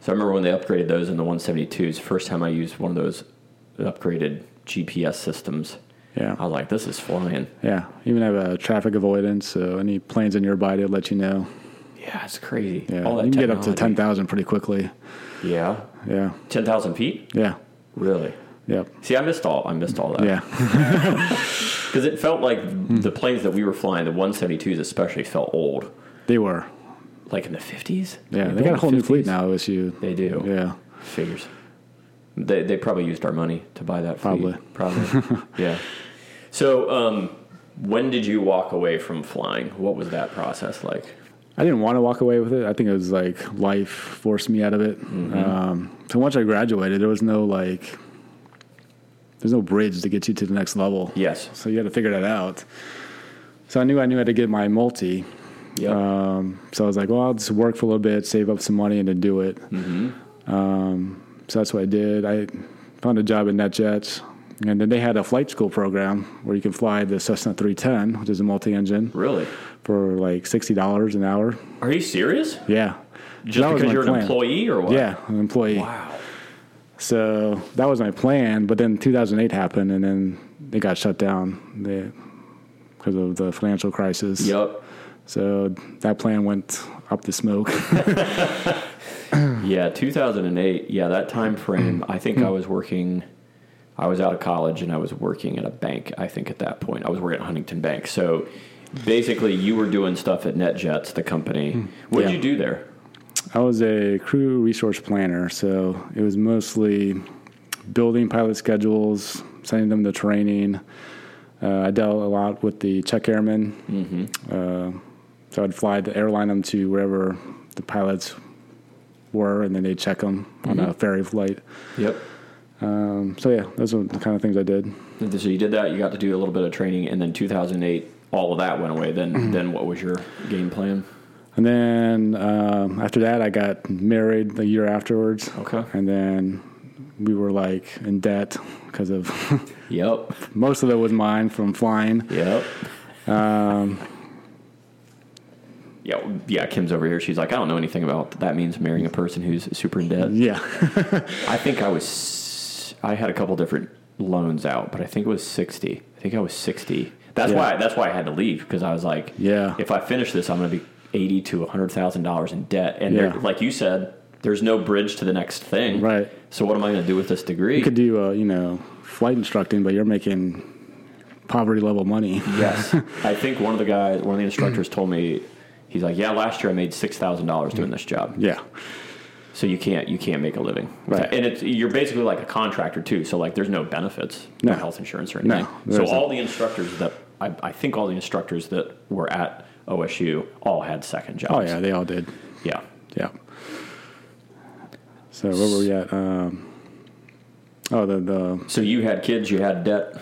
[SPEAKER 2] So I remember when they upgraded those in the 172s. First time I used one of those upgraded GPS systems.
[SPEAKER 1] Yeah,
[SPEAKER 2] I was like, this is flying.
[SPEAKER 1] yeah. Even have a traffic avoidance. So any planes in nearby to let you know.
[SPEAKER 2] Yeah, it's crazy.
[SPEAKER 1] Yeah,
[SPEAKER 2] All that
[SPEAKER 1] you can get up to ten
[SPEAKER 2] technology.
[SPEAKER 1] thousand pretty quickly.
[SPEAKER 2] Yeah,
[SPEAKER 1] Yeah,
[SPEAKER 2] ten thousand feet.
[SPEAKER 1] yeah,
[SPEAKER 2] Really?
[SPEAKER 1] yep,
[SPEAKER 2] See, I missed all. I missed all that.
[SPEAKER 1] yeah, Hmm.
[SPEAKER 2] Because it felt like the planes that we were flying, the 172s especially, felt old.
[SPEAKER 1] they were.
[SPEAKER 2] Like in the 50s.
[SPEAKER 1] Yeah,
[SPEAKER 2] Like
[SPEAKER 1] they got a
[SPEAKER 2] built
[SPEAKER 1] whole
[SPEAKER 2] in the
[SPEAKER 1] new fleet
[SPEAKER 2] 50s.
[SPEAKER 1] now. OSU.
[SPEAKER 2] They do.
[SPEAKER 1] Yeah,
[SPEAKER 2] Figures. They, they probably used our money to buy that. fleet. Probably. yeah. So, um, when did you walk away from flying? What was that process like?
[SPEAKER 1] I didn't want to walk away with it. I think it was like life forced me out of it.
[SPEAKER 2] Mm-hmm.
[SPEAKER 1] Um, so once I graduated, there was no like, there's no bridge to get you to the next level.
[SPEAKER 2] Yes.
[SPEAKER 1] So you had to figure that out. So I knew I knew how to get my multi.
[SPEAKER 2] Yep.
[SPEAKER 1] Um, so I was like, well, I'll just work for a little bit, save up some money, and then do it. Um,
[SPEAKER 2] Mm-hmm.
[SPEAKER 1] so that's what I did. I found a job at NetJets, and then they had a flight school program where you can fly the Cessna 310, which is a multi-engine,
[SPEAKER 2] really?
[SPEAKER 1] for like sixty dollars an hour.
[SPEAKER 2] Are you serious?
[SPEAKER 1] Yeah,
[SPEAKER 2] Just
[SPEAKER 1] That was
[SPEAKER 2] because
[SPEAKER 1] my
[SPEAKER 2] you're an
[SPEAKER 1] plan.
[SPEAKER 2] employee or what?
[SPEAKER 1] Yeah, an employee.
[SPEAKER 2] Wow.
[SPEAKER 1] So that was my plan, but then 2008 happened, and then it got shut down the, because of the financial crisis.
[SPEAKER 2] Yep.
[SPEAKER 1] So that plan went up the smoke.
[SPEAKER 2] Yeah, 2008. Yeah, that time frame. I think I was working. I was out of college and I was working at a bank. I think at that point I was working at Huntington Bank. So basically, you were doing stuff at NetJets, the company. What did
[SPEAKER 1] Hmm. Yeah.
[SPEAKER 2] you do there?
[SPEAKER 1] I was a crew resource planner, so it was mostly building pilot schedules, sending them to training. Uh, I dealt a lot with the check airmen, uh, so I'd fly the airline them to wherever the pilots were, and then they'd check them on a ferry flight.
[SPEAKER 2] Yep.
[SPEAKER 1] Um, so yeah, those are the kind of things I did.
[SPEAKER 2] So you did that. You got to do a little bit of training, and then 2008, all of that went away. Then, then what was your game plan?
[SPEAKER 1] And then um, after that, I got married the year afterwards.
[SPEAKER 2] Okay.
[SPEAKER 1] And then we were like in debt because of
[SPEAKER 2] Yep.
[SPEAKER 1] most of it was mine from flying.
[SPEAKER 2] Yep. Um. Yeah, yeah. Kim's over here. She's like, I don't know anything about what that. Means marrying a person who's super in debt.
[SPEAKER 1] Yeah.
[SPEAKER 2] I think I was. I had a couple different loans out, but I think it was sixty. I think I was sixty. That's
[SPEAKER 1] Yeah.
[SPEAKER 2] why. That's why I had to leave because I was like,
[SPEAKER 1] Yeah.
[SPEAKER 2] If I finish this, I'm going to be eighty to hundred thousand dollars in debt, and there-
[SPEAKER 1] Yeah.
[SPEAKER 2] like you said, there's no bridge to the next thing.
[SPEAKER 1] Right.
[SPEAKER 2] So what am I going to do with this degree?
[SPEAKER 1] you could do, uh, you know, flight instructing, but you're making poverty level money.
[SPEAKER 2] Yes. I think one of the guys, one of the instructors told me, he's like, yeah, last year I made six thousand dollars doing this job.
[SPEAKER 1] Yeah.
[SPEAKER 2] So you can't you can't make a living,
[SPEAKER 1] Right.
[SPEAKER 2] And it's you're basically like a contractor too. So like there's no benefits, no,
[SPEAKER 1] No.
[SPEAKER 2] health insurance or
[SPEAKER 1] No,
[SPEAKER 2] anything.
[SPEAKER 1] there
[SPEAKER 2] so
[SPEAKER 1] isn't.
[SPEAKER 2] all the instructors that I, I think all the instructors that were at OSU all had second jobs.
[SPEAKER 1] Oh yeah, they all did.
[SPEAKER 2] yeah.
[SPEAKER 1] Yeah. So where were we at? Um, oh, the the
[SPEAKER 2] So you had kids, you had debt.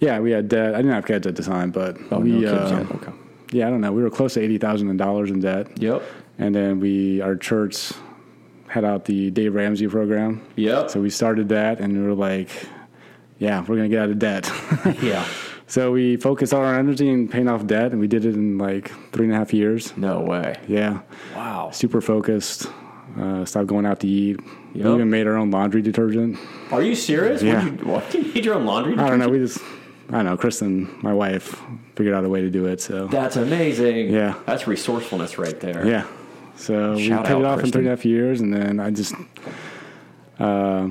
[SPEAKER 1] yeah, we had debt. I didn't have kids at the time, but
[SPEAKER 2] Oh
[SPEAKER 1] we
[SPEAKER 2] no, kids.
[SPEAKER 1] uh,
[SPEAKER 2] yeah, Okay.
[SPEAKER 1] yeah, I don't know. We were close to eighty thousand dollars in debt,
[SPEAKER 2] Yep.
[SPEAKER 1] and then we our church had out the Dave Ramsey program.
[SPEAKER 2] Yep.
[SPEAKER 1] So we started that, and we were like, yeah, we're gonna get out of debt.
[SPEAKER 2] yeah.
[SPEAKER 1] so we focused all our energy in paying off debt, and we did it in like three and a half years.
[SPEAKER 2] No way.
[SPEAKER 1] Yeah,
[SPEAKER 2] Wow.
[SPEAKER 1] super focused. Uh, stopped going out to eat.
[SPEAKER 2] Yep.
[SPEAKER 1] We even made our own laundry detergent.
[SPEAKER 2] Are you serious?
[SPEAKER 1] Yeah.
[SPEAKER 2] What, you, what, you need your own laundry?
[SPEAKER 1] I don't know. We just, I don't know. Kristen, my wife, figured out a way to do it. So
[SPEAKER 2] That's amazing.
[SPEAKER 1] Yeah.
[SPEAKER 2] That's resourcefulness right there.
[SPEAKER 1] yeah. So we
[SPEAKER 2] Shout
[SPEAKER 1] paid
[SPEAKER 2] out,
[SPEAKER 1] it off in
[SPEAKER 2] Kristen.
[SPEAKER 1] three and a half years, and then I just, uh,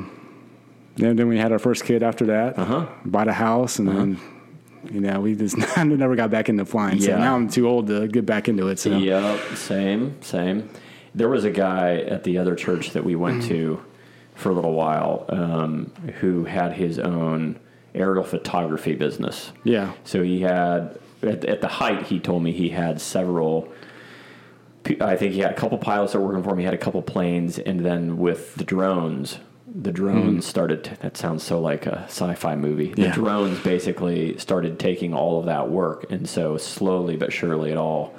[SPEAKER 1] then then we had our first kid after that.
[SPEAKER 2] Uh-huh.
[SPEAKER 1] Bought a house, and then. You know, we just I never got back into flying. So
[SPEAKER 2] Yeah.
[SPEAKER 1] now I'm too old to get back into it. So
[SPEAKER 2] Yep, same, same. There was a guy at the other church that we went to for a little while um, who had his own aerial photography business.
[SPEAKER 1] yeah,
[SPEAKER 2] So he had, at, at the height, he told me he had several. p- I think he had a couple pilots that were working for him. He had a couple planes, and then with the drones, the drones started. To, that sounds so like a sci-fi movie. The
[SPEAKER 1] Hmm. Yeah.
[SPEAKER 2] drones basically started taking all of that work, and so slowly but surely, it all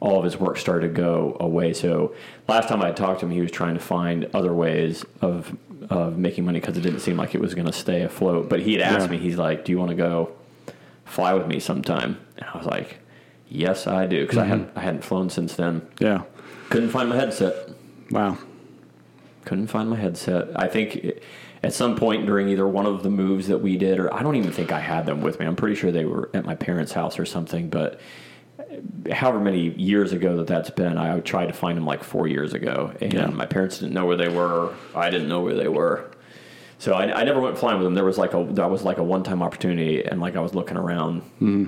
[SPEAKER 2] all of his work started to go away. So last time I had talked to him, he was trying to find other ways of of making money because it didn't seem like it was going to stay afloat. But he had asked
[SPEAKER 1] Yeah.
[SPEAKER 2] me, he's like, "Do you want to go fly with me sometime?" And I was like, "Yes, I do,"
[SPEAKER 1] Mm-hmm.
[SPEAKER 2] because I hadn't I hadn't flown since then.
[SPEAKER 1] yeah.
[SPEAKER 2] Couldn't find my headset.
[SPEAKER 1] Wow.
[SPEAKER 2] Couldn't find my headset. I think it- at some point during either one of the moves that we did, or I don't even think I had them with me. I'm pretty sure they were at my parents' house or something. But however many years ago that that's been, I tried to find them like four years ago, and
[SPEAKER 1] Yeah.
[SPEAKER 2] my parents didn't know where they were. I didn't know where they were. So I, I never went flying with them. There was like a that was like a one time opportunity, and like I was looking around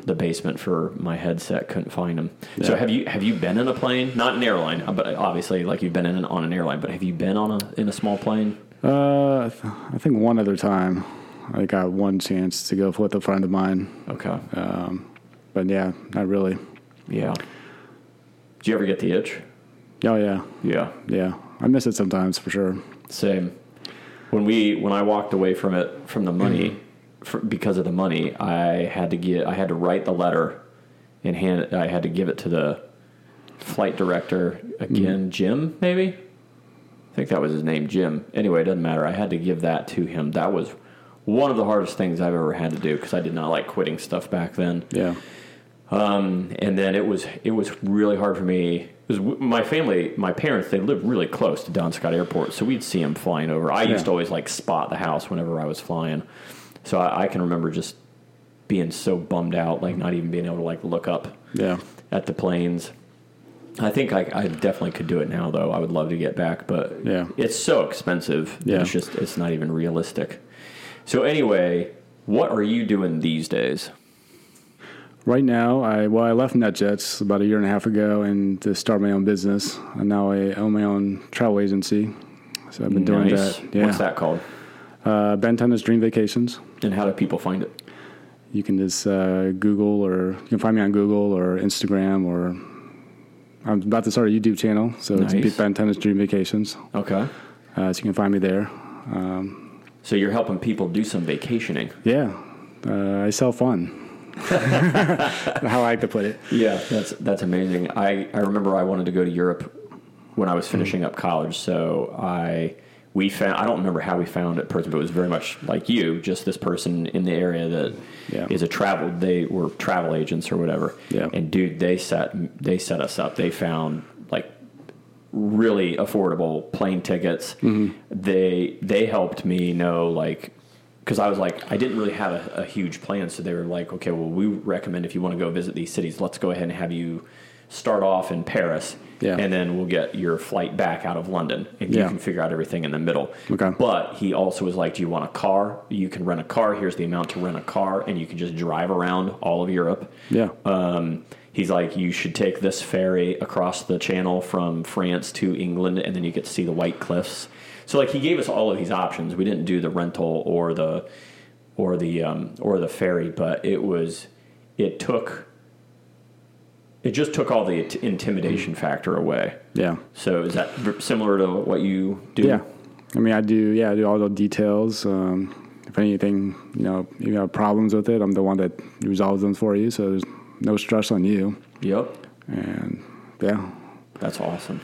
[SPEAKER 2] the basement for my headset, couldn't find them. So have you have you been in a plane? Not an airline, but obviously like you've been in an, on an airline. But have you been on a in a small plane?
[SPEAKER 1] Uh, I th- I think one other time I got one chance to go with a friend of mine,
[SPEAKER 2] Okay,
[SPEAKER 1] but yeah, not really.
[SPEAKER 2] yeah. Do you ever get the itch?
[SPEAKER 1] Oh yeah,
[SPEAKER 2] Yeah,
[SPEAKER 1] yeah. I miss it sometimes for sure.
[SPEAKER 2] Same. When we when I walked away from it from the money for, because of the money, I had to get I had to write the letter and hand I had to give it to the flight director again, Jim maybe. I think that was his name, Jim. Anyway, it doesn't matter. I had to give that to him. That was one of the hardest things I've ever had to do because I did not like quitting stuff back then.
[SPEAKER 1] Yeah,
[SPEAKER 2] Um, and then it was it was really hard for me. It was w- my family, my parents, they live really close to Don Scott Airport, so we'd see them flying over. I used to always like spot the house whenever I was flying, so I, I can remember just being so bummed out, like not even being able to like look up
[SPEAKER 1] yeah,
[SPEAKER 2] at the planes. I think I, I definitely could do it now, though. I would love to get back, but
[SPEAKER 1] Yeah.
[SPEAKER 2] it's so expensive.
[SPEAKER 1] Yeah.
[SPEAKER 2] It's just it's not even realistic. So anyway, what are you doing these days?
[SPEAKER 1] Right now, I well, I left NetJets about a year and a half ago, and to start my own business. And now I own my own travel agency, so I've been doing
[SPEAKER 2] Nice.
[SPEAKER 1] that. Yeah,
[SPEAKER 2] What's that called?
[SPEAKER 1] Uh, ben Tennis Dream Vacations.
[SPEAKER 2] And how do people find it?
[SPEAKER 1] You can just uh, Google, or you can find me on Google or Instagram, or I'm about to start a YouTube channel, so
[SPEAKER 2] Nice.
[SPEAKER 1] it's Ben Tennis Dream Vacations.
[SPEAKER 2] Okay.
[SPEAKER 1] Uh, so you can find me there. Um,
[SPEAKER 2] So you're helping people do some vacationing.
[SPEAKER 1] Yeah, uh, I sell fun. How I like to put it.
[SPEAKER 2] Yeah, that's that's amazing. I, I remember I wanted to go to Europe when I was finishing up college, so I we found I don't remember how we found it person, but it was very much like you, just this person in the area that is
[SPEAKER 1] Yeah.
[SPEAKER 2] a travel they were travel agents or whatever.
[SPEAKER 1] Yeah.
[SPEAKER 2] And dude, they set they set us up. They found like really affordable plane tickets.
[SPEAKER 1] Mm-hmm.
[SPEAKER 2] They they helped me know like because I was like I didn't really have a, a huge plan, so they were like, okay, well we recommend if you want to go visit these cities, let's go ahead and have you start off in Paris,
[SPEAKER 1] Yeah.
[SPEAKER 2] and then we'll get your flight back out of London, and you
[SPEAKER 1] Yeah.
[SPEAKER 2] can figure out everything in the middle.
[SPEAKER 1] Okay.
[SPEAKER 2] But he also was like, do you want a car? You can rent a car. Here's the amount to rent a car, and you can just drive around all of Europe
[SPEAKER 1] Yeah.
[SPEAKER 2] um, he's like, you should take this ferry across the channel from France to England, and then you get to see the White Cliffs. So like he gave us all of these options. We didn't do the rental or the or the um, or the ferry, but it was it took it just took all the int- intimidation factor away.
[SPEAKER 1] yeah.
[SPEAKER 2] So is that v- similar to what you do?
[SPEAKER 1] Yeah. I mean, I do, yeah, I do all the details. Um, if anything, you know, if you have problems with it, I'm the one that resolves them for you. So there's no stress on you.
[SPEAKER 2] Yep.
[SPEAKER 1] And yeah.
[SPEAKER 2] That's awesome.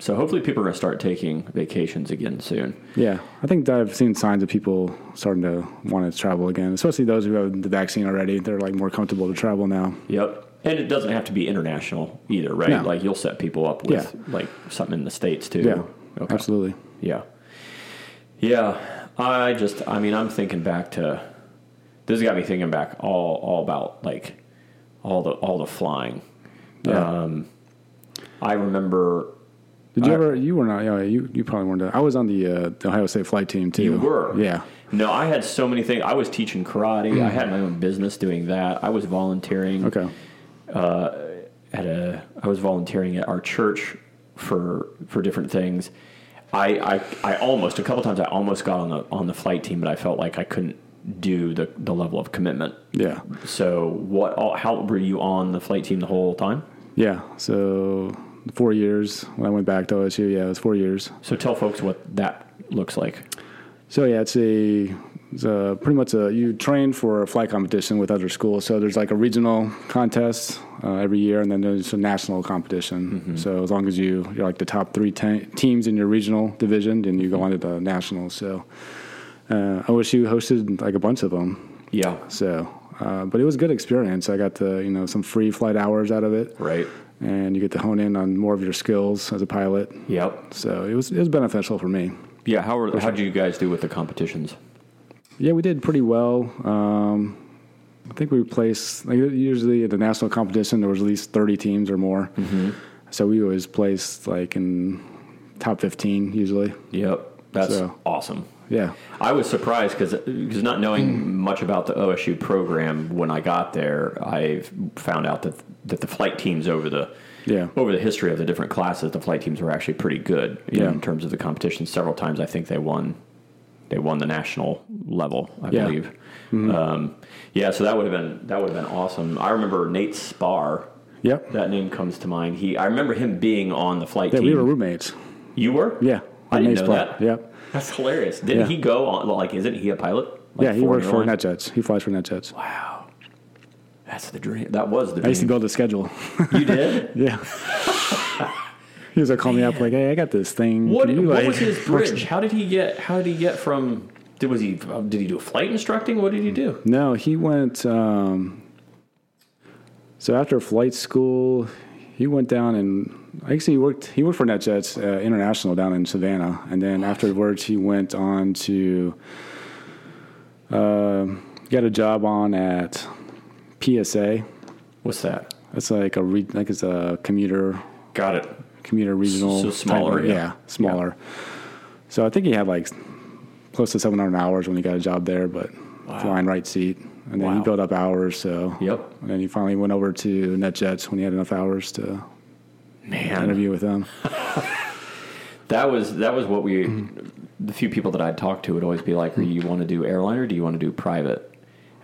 [SPEAKER 2] So hopefully people are going to start taking vacations again soon.
[SPEAKER 1] Yeah. I think that I've seen signs of people starting to want to travel again, especially those who have the vaccine already. They're like more comfortable to travel now.
[SPEAKER 2] Yep. And it doesn't have to be international either, right?
[SPEAKER 1] No.
[SPEAKER 2] Like you'll set people up with
[SPEAKER 1] Yeah.
[SPEAKER 2] like something in the states too.
[SPEAKER 1] Yeah.
[SPEAKER 2] Okay.
[SPEAKER 1] Absolutely.
[SPEAKER 2] Yeah. Yeah. I just I mean I'm thinking back to this has got me thinking back all all about like all the all the flying.
[SPEAKER 1] Yeah.
[SPEAKER 2] Um I remember
[SPEAKER 1] Did you
[SPEAKER 2] I-
[SPEAKER 1] ever? You were not. Yeah, you you probably weren't. I was on the, uh, the Ohio State flight team too.
[SPEAKER 2] You were.
[SPEAKER 1] Yeah.
[SPEAKER 2] No, I had so many things. I was teaching karate. I had my own business doing that. I was volunteering.
[SPEAKER 1] Mm. Okay.
[SPEAKER 2] at a I was volunteering at our church for for different things. I, I I almost a couple times I almost got on the on the flight team, but I felt like I couldn't do the the level of commitment.
[SPEAKER 1] Yeah.
[SPEAKER 2] So what all, how were you on the flight team the whole time?
[SPEAKER 1] Yeah. So four years when I went back to OSU. Yeah, it was four years.
[SPEAKER 2] So tell folks what that looks like.
[SPEAKER 1] So yeah, it's a, it's a pretty much a you train for a flight competition with other schools. So there's like a regional contest uh, every year, and then there's a national competition. So as long as you you're like the top three te- teams in your regional division, then you go on to the nationals. So uh, OSU hosted like a bunch of them.
[SPEAKER 2] Yeah.
[SPEAKER 1] So, uh, but it was a good experience. I got to you know some free flight hours out of it,
[SPEAKER 2] Right.
[SPEAKER 1] and you get to hone in on more of your skills as a pilot.
[SPEAKER 2] Yep.
[SPEAKER 1] So it was it was beneficial for me.
[SPEAKER 2] Yeah. How were, how do you guys do with the competitions?
[SPEAKER 1] Yeah, we did pretty well. Um, I think we placed like usually at the national competition there was at least thirty teams or more.
[SPEAKER 2] Mm-hmm.
[SPEAKER 1] So we always placed like in top fifteen usually.
[SPEAKER 2] Yep. That's
[SPEAKER 1] So-
[SPEAKER 2] awesome.
[SPEAKER 1] Yeah,
[SPEAKER 2] I was surprised because not
[SPEAKER 1] Hmm.
[SPEAKER 2] knowing much about the OSU program when I got there, I found out that that the flight teams over the
[SPEAKER 1] yeah,
[SPEAKER 2] over the history of the different classes, the flight teams were actually pretty good in
[SPEAKER 1] Yeah.
[SPEAKER 2] terms of the competition. Several times, I think they won they won the national level, I
[SPEAKER 1] Yeah. Hmm.
[SPEAKER 2] believe. Um, yeah, so that would have been that would have been awesome. I remember Nate Spar.
[SPEAKER 1] yep.
[SPEAKER 2] That name comes to mind. He, I remember him being on the flight
[SPEAKER 1] Yeah,
[SPEAKER 2] team.
[SPEAKER 1] we were roommates.
[SPEAKER 2] you were?
[SPEAKER 1] Yeah,
[SPEAKER 2] I didn't
[SPEAKER 1] Mace
[SPEAKER 2] know
[SPEAKER 1] Park.
[SPEAKER 2] that.
[SPEAKER 1] Yep.
[SPEAKER 2] That's hilarious. Didn't
[SPEAKER 1] Yeah.
[SPEAKER 2] he go on? well, Like, isn't he a pilot? Like
[SPEAKER 1] yeah, he works for
[SPEAKER 2] airlines?
[SPEAKER 1] NetJets. He flies for NetJets.
[SPEAKER 2] Wow, that's the dream. That was the
[SPEAKER 1] I used to
[SPEAKER 2] dream.
[SPEAKER 1] build a schedule.
[SPEAKER 2] you did.
[SPEAKER 1] yeah. he was like, call me up, like, hey, I got this thing.
[SPEAKER 2] What,
[SPEAKER 1] Can you,
[SPEAKER 2] what
[SPEAKER 1] like,
[SPEAKER 2] was his
[SPEAKER 1] work
[SPEAKER 2] bridge? How did he get? How did he get from? Did was he? uh, Did he do flight instructing? What did he do?
[SPEAKER 1] No, he went. Um, so after flight school, he went down and actually he worked. He worked for NetJets uh, International down in Savannah, and then afterwards he went on to uh, get a job on at PSA.
[SPEAKER 2] What's that?
[SPEAKER 1] That's like a re- like it's a commuter
[SPEAKER 2] Got it.
[SPEAKER 1] commuter regional.
[SPEAKER 2] So smaller,
[SPEAKER 1] type of-
[SPEAKER 2] yeah.
[SPEAKER 1] smaller. So I think he had like close to 700 hours when he got a job there, but flying right seat. And then
[SPEAKER 2] Wow.
[SPEAKER 1] he built up hours, so
[SPEAKER 2] Yep.
[SPEAKER 1] And then he finally went over to NetJets when he had enough hours to
[SPEAKER 2] Man,
[SPEAKER 1] interview with them.
[SPEAKER 2] that was that was what we. The few people that I'd talk to would always be like, "Do you want to do airline or do you want to do private?"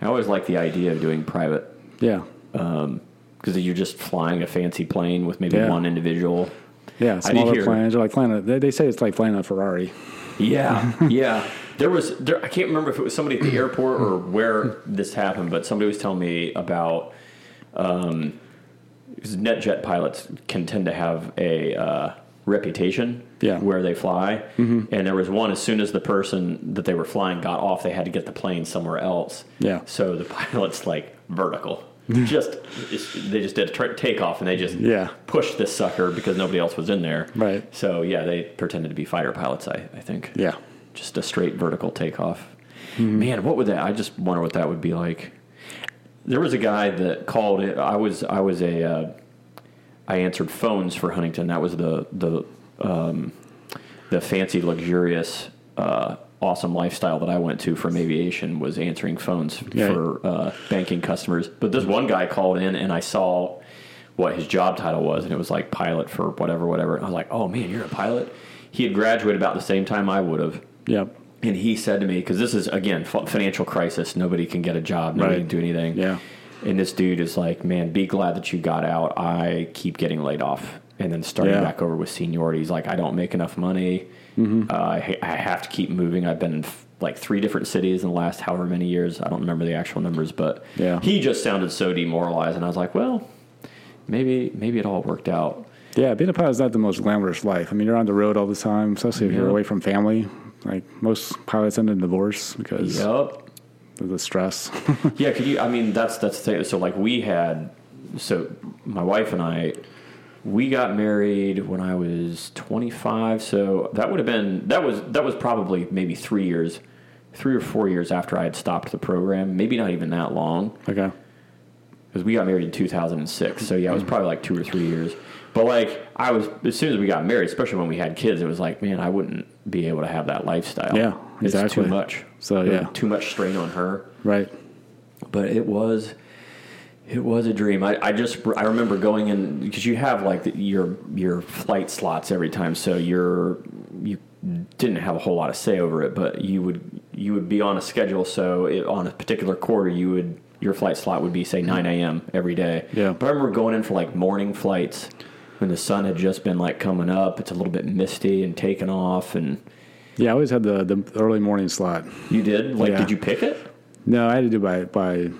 [SPEAKER 2] I always like the idea of doing private
[SPEAKER 1] Yeah,
[SPEAKER 2] because you're just flying a fancy plane with maybe
[SPEAKER 1] Yeah.
[SPEAKER 2] one individual.
[SPEAKER 1] yeah.
[SPEAKER 2] I did
[SPEAKER 1] Smaller
[SPEAKER 2] hear-
[SPEAKER 1] planes are like flying. A, they, they say it's like flying a Ferrari.
[SPEAKER 2] Yeah, yeah. There was there, I can't remember if it was somebody at the airport or where this happened, but somebody was telling me about um, NetJet pilots can tend to have a uh, reputation
[SPEAKER 1] Yeah. Mm-hmm.
[SPEAKER 2] where they fly, and there was one as soon as the person that they were flying got off, they had to get the plane somewhere else.
[SPEAKER 1] Yeah.
[SPEAKER 2] So the pilot's like vertical. just it's- they just did a tra- takeoff and they just
[SPEAKER 1] Yeah.
[SPEAKER 2] pushed this sucker because nobody else was in there.
[SPEAKER 1] Right.
[SPEAKER 2] So yeah, they pretended to be fighter pilots. I, I think
[SPEAKER 1] Yeah.
[SPEAKER 2] just a straight vertical takeoff. Man, what would that? I just wonder what that would be like. There was a guy that called it. I was I was a uh, I answered phones for Huntington. That was the the um, the fancy luxurious uh, awesome lifestyle that I went to from aviation was answering phones
[SPEAKER 1] Yeah.
[SPEAKER 2] for uh, banking customers. But this one guy called in and I saw what his job title was, and it was like pilot for whatever, whatever. And I was like, oh man, you're a pilot. He had graduated about the same time I would have.
[SPEAKER 1] Yep.
[SPEAKER 2] And he said to me, because this is again fi- financial crisis, nobody can get a job, nobody
[SPEAKER 1] Right.
[SPEAKER 2] can do anything.
[SPEAKER 1] Yeah.
[SPEAKER 2] And this dude is like, man, be glad that you got out. I keep getting laid off and then starting
[SPEAKER 1] Yeah.
[SPEAKER 2] back over with seniority. He's like, I don't make enough money.
[SPEAKER 1] Mm-hmm.
[SPEAKER 2] Uh, I, ha- I have to keep moving. I've been in f- like three different cities in the last however many years. I don't remember the actual numbers, but
[SPEAKER 1] Yeah.
[SPEAKER 2] he just sounded so demoralized. And I was like, well, maybe maybe it all worked out.
[SPEAKER 1] Yeah, being a pilot is not the most glamorous life. I mean, you're on the road all the time, especially if you're
[SPEAKER 2] Yep.
[SPEAKER 1] away from family. Like most pilots end in divorce because
[SPEAKER 2] Yup.
[SPEAKER 1] of the stress.
[SPEAKER 2] Yeah, could you? I mean, that's that's the thing. So like we had, so my wife and I, we got married when I was 25. So that would have been that was that was probably maybe three years, three or four years after I had stopped the program. Maybe not even that long
[SPEAKER 1] okay.
[SPEAKER 2] because we got married in 2006. So yeah, it was probably like two or three years. But like I was, as soon as we got married, especially when we had kids, it was like, man, I wouldn't be able to have that lifestyle.
[SPEAKER 1] Yeah,
[SPEAKER 2] it's too
[SPEAKER 1] exactly.
[SPEAKER 2] much.
[SPEAKER 1] So, yeah.
[SPEAKER 2] too much strain on her
[SPEAKER 1] Right.
[SPEAKER 2] but it was it was a dream. I, I just I remember going in because you have like the, your your flight slots every time, so you're you didn't have a whole lot of say over it, but you would you would be on a schedule. So it, on a particular quarter, you would your flight slot would be say nine a.m. every day.
[SPEAKER 1] Mm-hmm. Yeah.
[SPEAKER 2] but I remember going in for like morning flights when the sun had just been like coming up. It's a little bit misty and taking off, and
[SPEAKER 1] Yeah, I always had the, the early morning slot.
[SPEAKER 2] you did like
[SPEAKER 1] Yeah.
[SPEAKER 2] did you pick it?
[SPEAKER 1] No, I had to do by by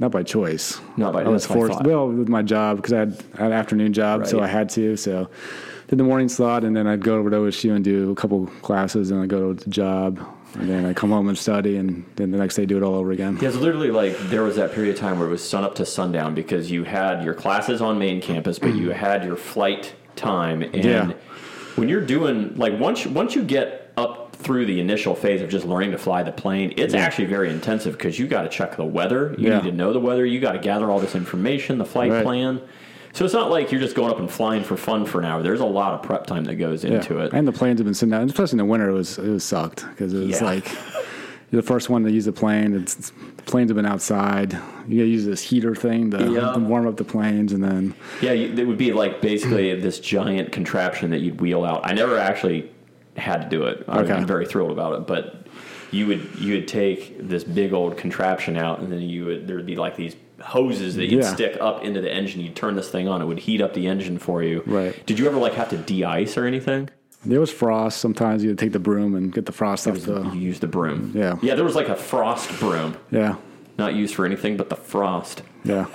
[SPEAKER 1] not by choice.
[SPEAKER 2] Not by-
[SPEAKER 1] I was
[SPEAKER 2] that's what I
[SPEAKER 1] forced.
[SPEAKER 2] thought.
[SPEAKER 1] well, with my job because I had, I had an afternoon job, so
[SPEAKER 2] Right.
[SPEAKER 1] I had to. So did the morning slot, and then I'd go over to OSU and do a couple classes, and I go to the job, and then I come home and study, and then the next day do it all over again.
[SPEAKER 2] Yeah, it's literally like there was that period of time where it was sun up to sundown because you had your classes on main campus, but you had your flight time. And
[SPEAKER 1] Yeah.
[SPEAKER 2] when you're doing like once once you get up through the initial phase of just learning to fly the plane, it's actually very intensive because you got to check the weather, you
[SPEAKER 1] Yeah.
[SPEAKER 2] need to know the weather, you got to gather all this information, the flight
[SPEAKER 1] Right.
[SPEAKER 2] plan. So it's not like you're just going up and flying for fun for an hour. There's a lot of prep time that goes
[SPEAKER 1] Yeah.
[SPEAKER 2] into it.
[SPEAKER 1] And the planes have been sitting out, and especially in the winter. It was it was sucked because it was
[SPEAKER 2] Yeah.
[SPEAKER 1] like you're the first one to use the plane. It's, it's- planes have been outside. You gotta use this heater thing to,
[SPEAKER 2] Yeah.
[SPEAKER 1] to warm up the planes, and then
[SPEAKER 2] Yeah, you- it would be like basically this giant contraption that you'd wheel out. I never actually had to do it. I
[SPEAKER 1] Okay.
[SPEAKER 2] am very thrilled about it, but you would you would take this big old contraption out, and then you would there would be like these hoses that you'd
[SPEAKER 1] Yeah.
[SPEAKER 2] stick up into the engine. You'd turn this thing on, it would heat up the engine for you.
[SPEAKER 1] Right.
[SPEAKER 2] Did you ever like have to de-ice or anything?
[SPEAKER 1] there was frost. Sometimes you would take the broom and get the frost off the
[SPEAKER 2] You use the broom.
[SPEAKER 1] Uh, Yeah.
[SPEAKER 2] Yeah, there was like a frost broom,
[SPEAKER 1] Yeah,
[SPEAKER 2] not used for anything but the frost.
[SPEAKER 1] yeah,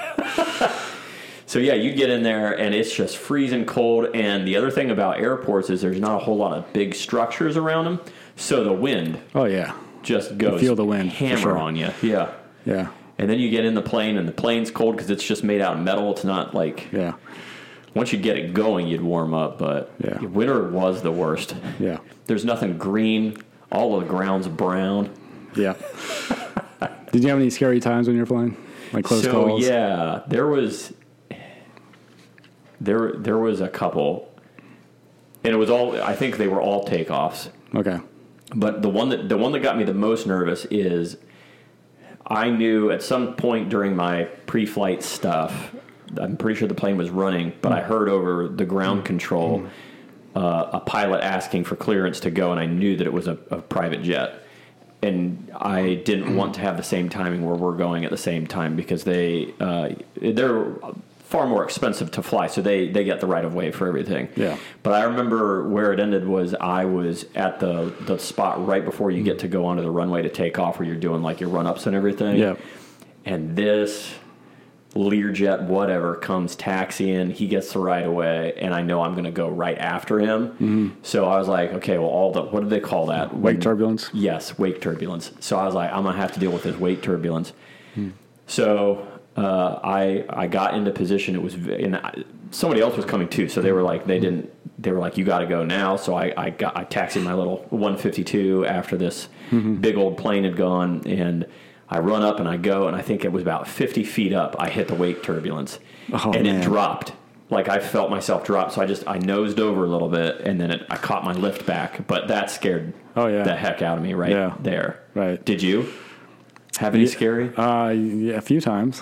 [SPEAKER 2] So yeah, you get in there and it's just freezing cold. And the other thing about airports is there's not a whole lot of big structures around them, so the wind
[SPEAKER 1] oh yeah,
[SPEAKER 2] just goes
[SPEAKER 1] feel the wind, for
[SPEAKER 2] hammer
[SPEAKER 1] sure.
[SPEAKER 2] on you. Yeah,
[SPEAKER 1] yeah,
[SPEAKER 2] and then you get in the plane and the plane's cold because it's just made out of metal. It's not like
[SPEAKER 1] yeah,
[SPEAKER 2] once you get it going, you'd warm up. But
[SPEAKER 1] Yeah.
[SPEAKER 2] winter was the worst.
[SPEAKER 1] yeah,
[SPEAKER 2] There's nothing green. All of the ground's brown.
[SPEAKER 1] yeah. Did you have any scary times when you were flying, like close
[SPEAKER 2] so
[SPEAKER 1] calls?
[SPEAKER 2] yeah, there was there there was a couple, and it was all I think they were all takeoffs.
[SPEAKER 1] Okay.
[SPEAKER 2] But the one that the one that got me the most nervous is I knew at some point during my pre-flight stuff, I'm pretty sure the plane was running, but I heard over the ground control uh, a pilot asking for clearance to go, and I knew that it was a, a private jet. And I didn't want to have the same timing where we're going at the same time because they uh, they're far more expensive to fly, so they they get the right of way for everything.
[SPEAKER 1] Yeah.
[SPEAKER 2] But I remember where it ended was I was at the the spot right before you get to go onto the runway to take off, where you're doing like your run ups and everything.
[SPEAKER 1] Yeah.
[SPEAKER 2] And this Learjet, whatever, comes taxiing. He gets the right of way, and I know I'm going to go right after him. So I was like, okay, well, all the what do they call that?
[SPEAKER 1] Wake turbulence.
[SPEAKER 2] Yes, wake turbulence. So I was like, I'm gonna have to deal with this wake turbulence. So uh, I I got into position. It was v- and I, somebody else was coming too. So they were like,
[SPEAKER 1] Mm-hmm.
[SPEAKER 2] they didn't. They were like, you got to go now. So I I got I taxied my little 152 after this
[SPEAKER 1] Mm-hmm.
[SPEAKER 2] big old plane had gone, and I run up and I go, and I think it was about 50 feet up. I hit the wake turbulence,
[SPEAKER 1] Oh,
[SPEAKER 2] and
[SPEAKER 1] man.
[SPEAKER 2] it dropped. Like I felt myself drop, so I just I nosed over a little bit, and then it, I caught my lift back. But that scared
[SPEAKER 1] Oh, yeah.
[SPEAKER 2] the heck out of me right
[SPEAKER 1] Yeah.
[SPEAKER 2] there.
[SPEAKER 1] Right.
[SPEAKER 2] Did you have any scary?
[SPEAKER 1] Uh, yeah, a few times.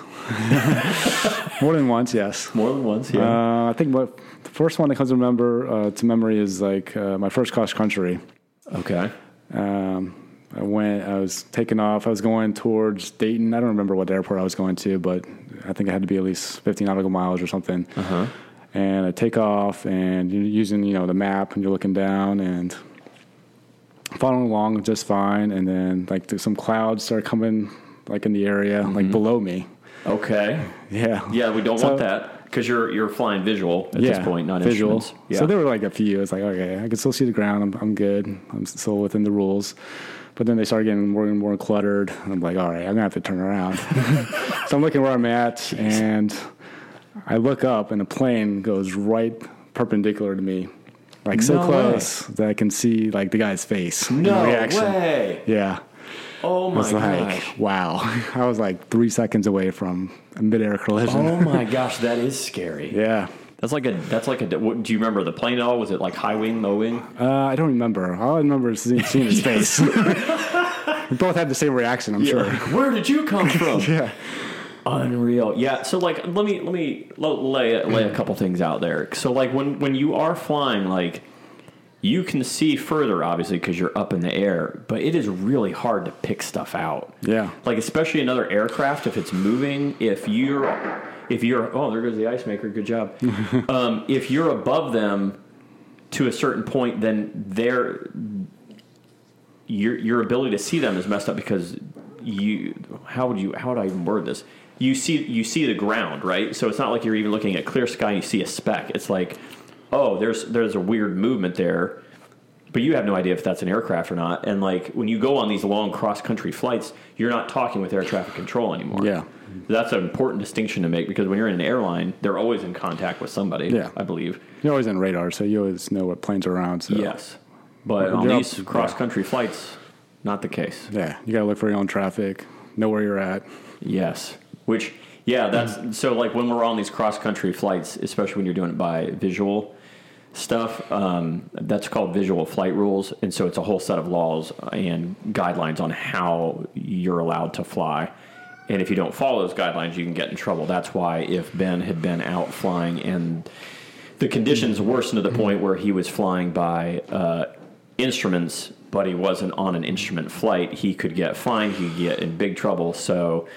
[SPEAKER 1] More than once, yes.
[SPEAKER 2] More than once, yeah.
[SPEAKER 1] Uh, I think what the first one that comes to remember uh, to memory is like uh, my first cross country.
[SPEAKER 2] okay.
[SPEAKER 1] Um, I went. I was taking off. I was going towards Dayton. I don't remember what airport I was going to, but I think I had to be at least 15 nautical miles or something. Uh-huh. And I take off, and you're using you know the map, and you're looking down and following along just fine. And then like there's some clouds start coming like in the area, like below me.
[SPEAKER 2] Okay.
[SPEAKER 1] Yeah.
[SPEAKER 2] Yeah, we don't
[SPEAKER 1] So-
[SPEAKER 2] want that because you're you're flying visual at this point, not
[SPEAKER 1] visual.
[SPEAKER 2] instruments. Yeah.
[SPEAKER 1] So there were like a few. It's like okay, I can still see the ground. I'm, I'm good. I'm still within the rules. But then they started getting more and more cluttered. And I'm like, all right, I'm gonna have to turn around. so I'm looking where I'm at, and I look up, and a plane goes right perpendicular to me, like so
[SPEAKER 2] No
[SPEAKER 1] close that I can see like the guy's face. and
[SPEAKER 2] no
[SPEAKER 1] reaction.
[SPEAKER 2] way.
[SPEAKER 1] Yeah.
[SPEAKER 2] Oh my
[SPEAKER 1] It's like
[SPEAKER 2] gosh.
[SPEAKER 1] wow. I was like three seconds away from a midair collision.
[SPEAKER 2] Oh my gosh, that is scary.
[SPEAKER 1] Yeah.
[SPEAKER 2] That's like a that's like a. What, do you remember the plane at all? Was it like high wing, low wing?
[SPEAKER 1] Uh, I don't remember. All I remember is seeing, seeing his face. we both had the same reaction, I'm
[SPEAKER 2] Like,
[SPEAKER 1] sure.
[SPEAKER 2] Where did you come from?
[SPEAKER 1] Yeah.
[SPEAKER 2] Unreal. Yeah. So like, let me let me lo- lay lay a couple things out there. So like, when when you are flying, like you can see further, obviously, because you're up in the air. But it is really hard to pick stuff out.
[SPEAKER 1] Yeah.
[SPEAKER 2] Like especially another aircraft if it's moving. If you're if you're oh there goes the ice maker. Good job. um, if you're above them to a certain point, then they're your your ability to see them is messed up because you how would you how would I even word this? You see you see the ground, right? So it's not like you're even looking at clear sky and you see a speck. It's like, oh, there's there's a weird movement there, but you have no idea if that's an aircraft or not. And like when you go on these long cross country flights, you're not talking with air traffic control anymore.
[SPEAKER 1] Yeah.
[SPEAKER 2] That's an important distinction to make because when you're in an airline, they're always in contact with somebody,
[SPEAKER 1] Yeah.
[SPEAKER 2] I believe.
[SPEAKER 1] You're always on radar, so you always know what planes are around. So.
[SPEAKER 2] Yes. But on
[SPEAKER 1] You're up-
[SPEAKER 2] these cross country flights, not the case.
[SPEAKER 1] Yeah. You got to look for your own traffic, know where you're at.
[SPEAKER 2] Yes. Which, yeah, that's so like when we're on these cross country flights, especially when you're doing it by visual stuff, um, that's called visual flight rules. And so it's a whole set of laws and guidelines on how you're allowed to fly. And if you don't follow those guidelines, you can get in trouble. That's why if Ben had been out flying and the conditions worsened to the point where he was flying by uh, instruments, but he wasn't on an instrument flight. He could get fined. He could get in big trouble. So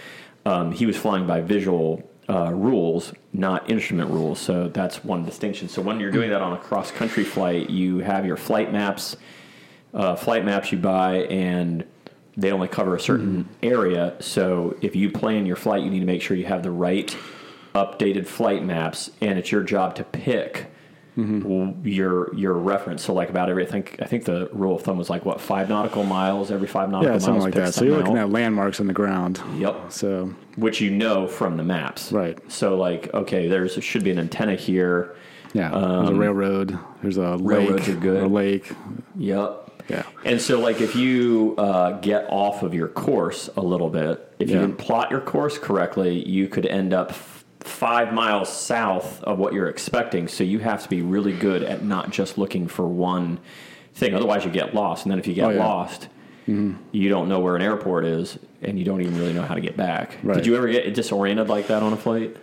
[SPEAKER 2] um, he was flying by visual uh, rules, not instrument rules. So that's one distinction. So when you're doing that on a cross country flight, you have your flight maps uh, flight maps you buy and they only cover a certain
[SPEAKER 1] Mm-hmm.
[SPEAKER 2] area. So if you plan your flight, you need to make sure you have the right updated flight maps, and it's your job to pick
[SPEAKER 1] Mm-hmm.
[SPEAKER 2] w- your your reference. So like about every, I think I think the rule of thumb was like what five nautical miles every five nautical
[SPEAKER 1] Yeah,
[SPEAKER 2] miles.
[SPEAKER 1] something like
[SPEAKER 2] pick
[SPEAKER 1] that. So you're
[SPEAKER 2] something
[SPEAKER 1] looking
[SPEAKER 2] out.
[SPEAKER 1] at landmarks on the ground.
[SPEAKER 2] Yep.
[SPEAKER 1] So,
[SPEAKER 2] Which you know from the maps,
[SPEAKER 1] Right.
[SPEAKER 2] So like, okay, there's should be an antenna here.
[SPEAKER 1] yeah. there's a railroad. There's a
[SPEAKER 2] Um, Railroads
[SPEAKER 1] lake.
[SPEAKER 2] are good.
[SPEAKER 1] A lake.
[SPEAKER 2] Yep.
[SPEAKER 1] Yeah.
[SPEAKER 2] And so, like, if you uh, get off of your course a little bit, if you
[SPEAKER 1] Yeah.
[SPEAKER 2] didn't plot your course correctly, you could end up f- five miles south of what you're expecting. So you have to be really good at not just looking for one thing. Otherwise, you get lost. And then if you get
[SPEAKER 1] Oh, yeah.
[SPEAKER 2] lost, you don't know where an airport is, and you don't even really know how to get back.
[SPEAKER 1] Right.
[SPEAKER 2] Did you ever get disoriented like that on a flight?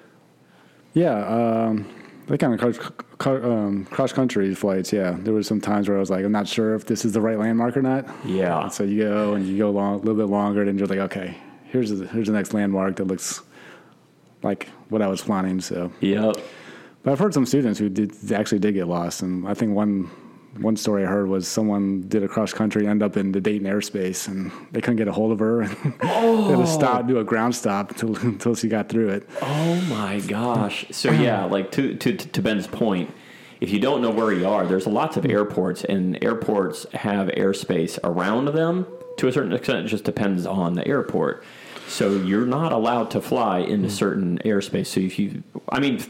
[SPEAKER 1] Yeah, um, that kind of cross, co- um, cross country flights. Yeah, there were some times where I was like, I'm not sure if this is the right landmark or not.
[SPEAKER 2] Yeah.
[SPEAKER 1] And so you go and you go long, a little bit longer, and you're like, okay, here's the, here's the next landmark that looks like what I was planning. So,
[SPEAKER 2] Yep.
[SPEAKER 1] but I've heard some students who did actually did get lost, and I think one one story I heard was someone did a cross country, end up in the Dayton airspace, and they couldn't get a hold of her. And they had to stop, do a ground stop until until she got through it.
[SPEAKER 2] Oh my gosh. So yeah, like to, to to Ben's point, if you don't know where you are, there's lots of airports and airports have airspace around them to a certain extent it just depends on the airport. So you're not allowed to fly into certain airspace. So if you I mean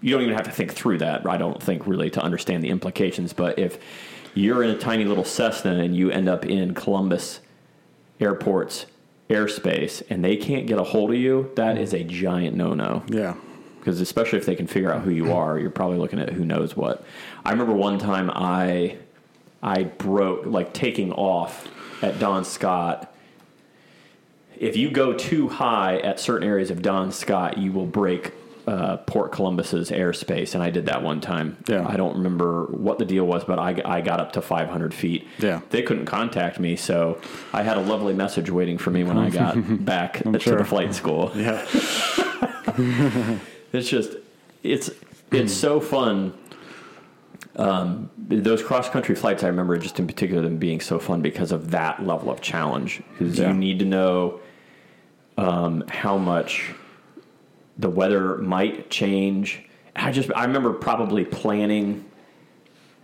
[SPEAKER 2] you don't even have to think through that, I don't think really to understand the implications, but if you're in a tiny little Cessna and you end up in Columbus airport's airspace and they can't get a hold of you, that is a giant no no.
[SPEAKER 1] Yeah,
[SPEAKER 2] Because especially if they can figure out who
[SPEAKER 1] Mm.
[SPEAKER 2] you are, you're probably looking at who knows what. I remember one time I I broke like taking off at Don Scott. If you go too high at certain areas of Don Scott, you will break uh, Port Columbus's airspace, and I did that one time.
[SPEAKER 1] Yeah.
[SPEAKER 2] I don't remember what the deal was, but I, I got up to 500 feet.
[SPEAKER 1] Yeah.
[SPEAKER 2] they couldn't contact me, so I had a lovely message waiting for me when I got back to
[SPEAKER 1] sure.
[SPEAKER 2] the flight school
[SPEAKER 1] yeah,
[SPEAKER 2] it's just it's it's so fun um, those cross country flights i remember just in particular them being so fun because of that level of challenge because
[SPEAKER 1] Yeah.
[SPEAKER 2] you need to know um, how much the weather might change i just i remember probably planning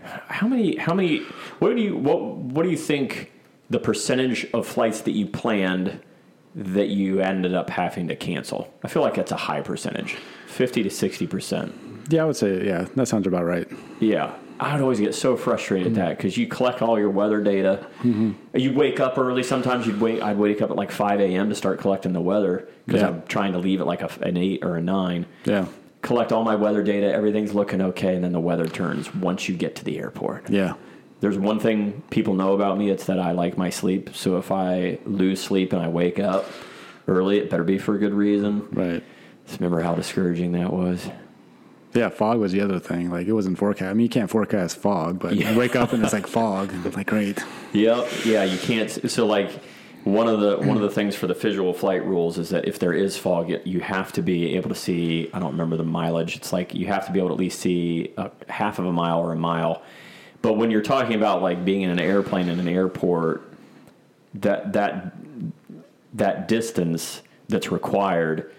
[SPEAKER 2] how many how many what do you what what do you think the percentage of flights that you planned that you ended up having to cancel i feel like that's a high percentage 50 to 60 percent
[SPEAKER 1] yeah. I would say yeah. That sounds about right.
[SPEAKER 2] yeah i would always get so frustrated at that because you collect all your weather data you wake up early sometimes you'd wait i'd wake up at like 5 a.m to start collecting the weather because
[SPEAKER 1] Yeah.
[SPEAKER 2] i'm trying to leave at like a, an 8 or a 9
[SPEAKER 1] Yeah,
[SPEAKER 2] collect all my weather data everything's looking okay and then the weather turns once you get to the airport
[SPEAKER 1] yeah,
[SPEAKER 2] there's one thing people know about me it's that i like my sleep so if i lose sleep and i wake up early it better be for a good reason
[SPEAKER 1] right.
[SPEAKER 2] just remember how discouraging that was
[SPEAKER 1] Yeah, fog was the other thing. Like it wasn't forecast. I mean, you can't forecast fog, but
[SPEAKER 2] Yeah.
[SPEAKER 1] you wake up and it's like fog. And it's like great.
[SPEAKER 2] yep yeah you can't so like one of the one of the things for the visual flight rules is that if there is fog you- you have to be able to see i don't remember the mileage it's like you have to be able to at least see a half of a mile or a mile but when you're talking about like being in an airplane in an airport that that that distance that's required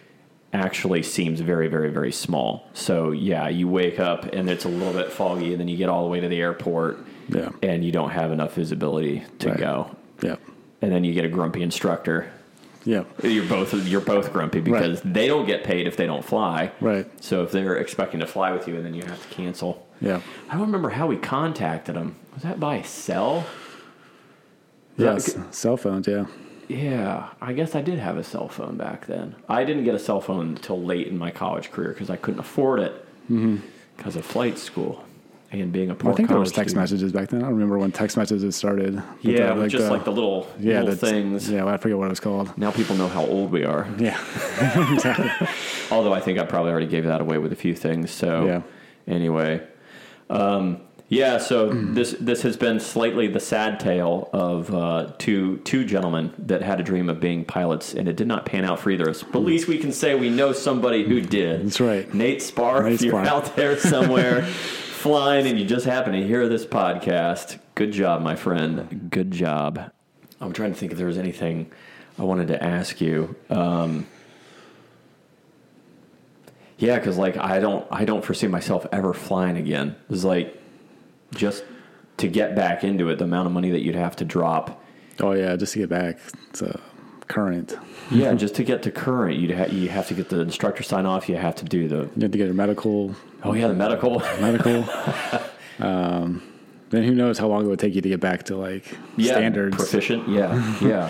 [SPEAKER 2] actually seems very very very small so yeah you wake up and it's a little bit foggy and then you get all the way to the airport
[SPEAKER 1] Yeah.
[SPEAKER 2] and you don't have enough visibility to
[SPEAKER 1] Right.
[SPEAKER 2] go
[SPEAKER 1] Yep.
[SPEAKER 2] and then you get a grumpy instructor
[SPEAKER 1] Yep.
[SPEAKER 2] you're both you're both grumpy because they don't get paid if they don't fly
[SPEAKER 1] Right.
[SPEAKER 2] so if they're expecting to fly with you and then you have to cancel
[SPEAKER 1] Yep.
[SPEAKER 2] i don't remember how we contacted them was that by cell
[SPEAKER 1] Yes. Cell phones. Yeah.
[SPEAKER 2] Yeah, I guess I did have a cell phone back then. I didn't get a cell phone until late in my college career because I couldn't afford it because of flight school and being a poor
[SPEAKER 1] Mm-hmm. I think there was
[SPEAKER 2] college
[SPEAKER 1] text
[SPEAKER 2] student.
[SPEAKER 1] messages back then. I don't remember when text messages started. But
[SPEAKER 2] Yeah,
[SPEAKER 1] the-
[SPEAKER 2] with just like the little little
[SPEAKER 1] the-
[SPEAKER 2] things.
[SPEAKER 1] Yeah, I forget what it was called.
[SPEAKER 2] Now people know how old we are.
[SPEAKER 1] Yeah. exactly.
[SPEAKER 2] Although I think I probably already gave that away with a few things. So
[SPEAKER 1] Yeah.
[SPEAKER 2] anyway, um, yeah. So this this has been slightly the sad tale of uh, two two gentlemen that had a dream of being pilots, and it did not pan out for either of us. But at least we can say we know somebody who did.
[SPEAKER 1] Hmm. That's right.
[SPEAKER 2] Nate Spar.
[SPEAKER 1] Nate
[SPEAKER 2] if you're
[SPEAKER 1] Spar.
[SPEAKER 2] out there somewhere flying and you just happen to hear this podcast, good job, my friend. Good job. I'm trying to think if there was anything I wanted to ask you. Um, Yeah, because like I don't I don't foresee myself ever flying again. It's like just to get back into it, the amount of money that you'd have to drop.
[SPEAKER 1] Oh yeah, just to get back to current.
[SPEAKER 2] Yeah, just to get to current, you'd ha- you have to get the instructor sign off. You have to do the
[SPEAKER 1] You have to get your medical.
[SPEAKER 2] oh yeah the medical.
[SPEAKER 1] Medical. um, then who knows how long it would take you to get back to like
[SPEAKER 2] yeah,
[SPEAKER 1] standards.
[SPEAKER 2] proficient. Yeah, yeah,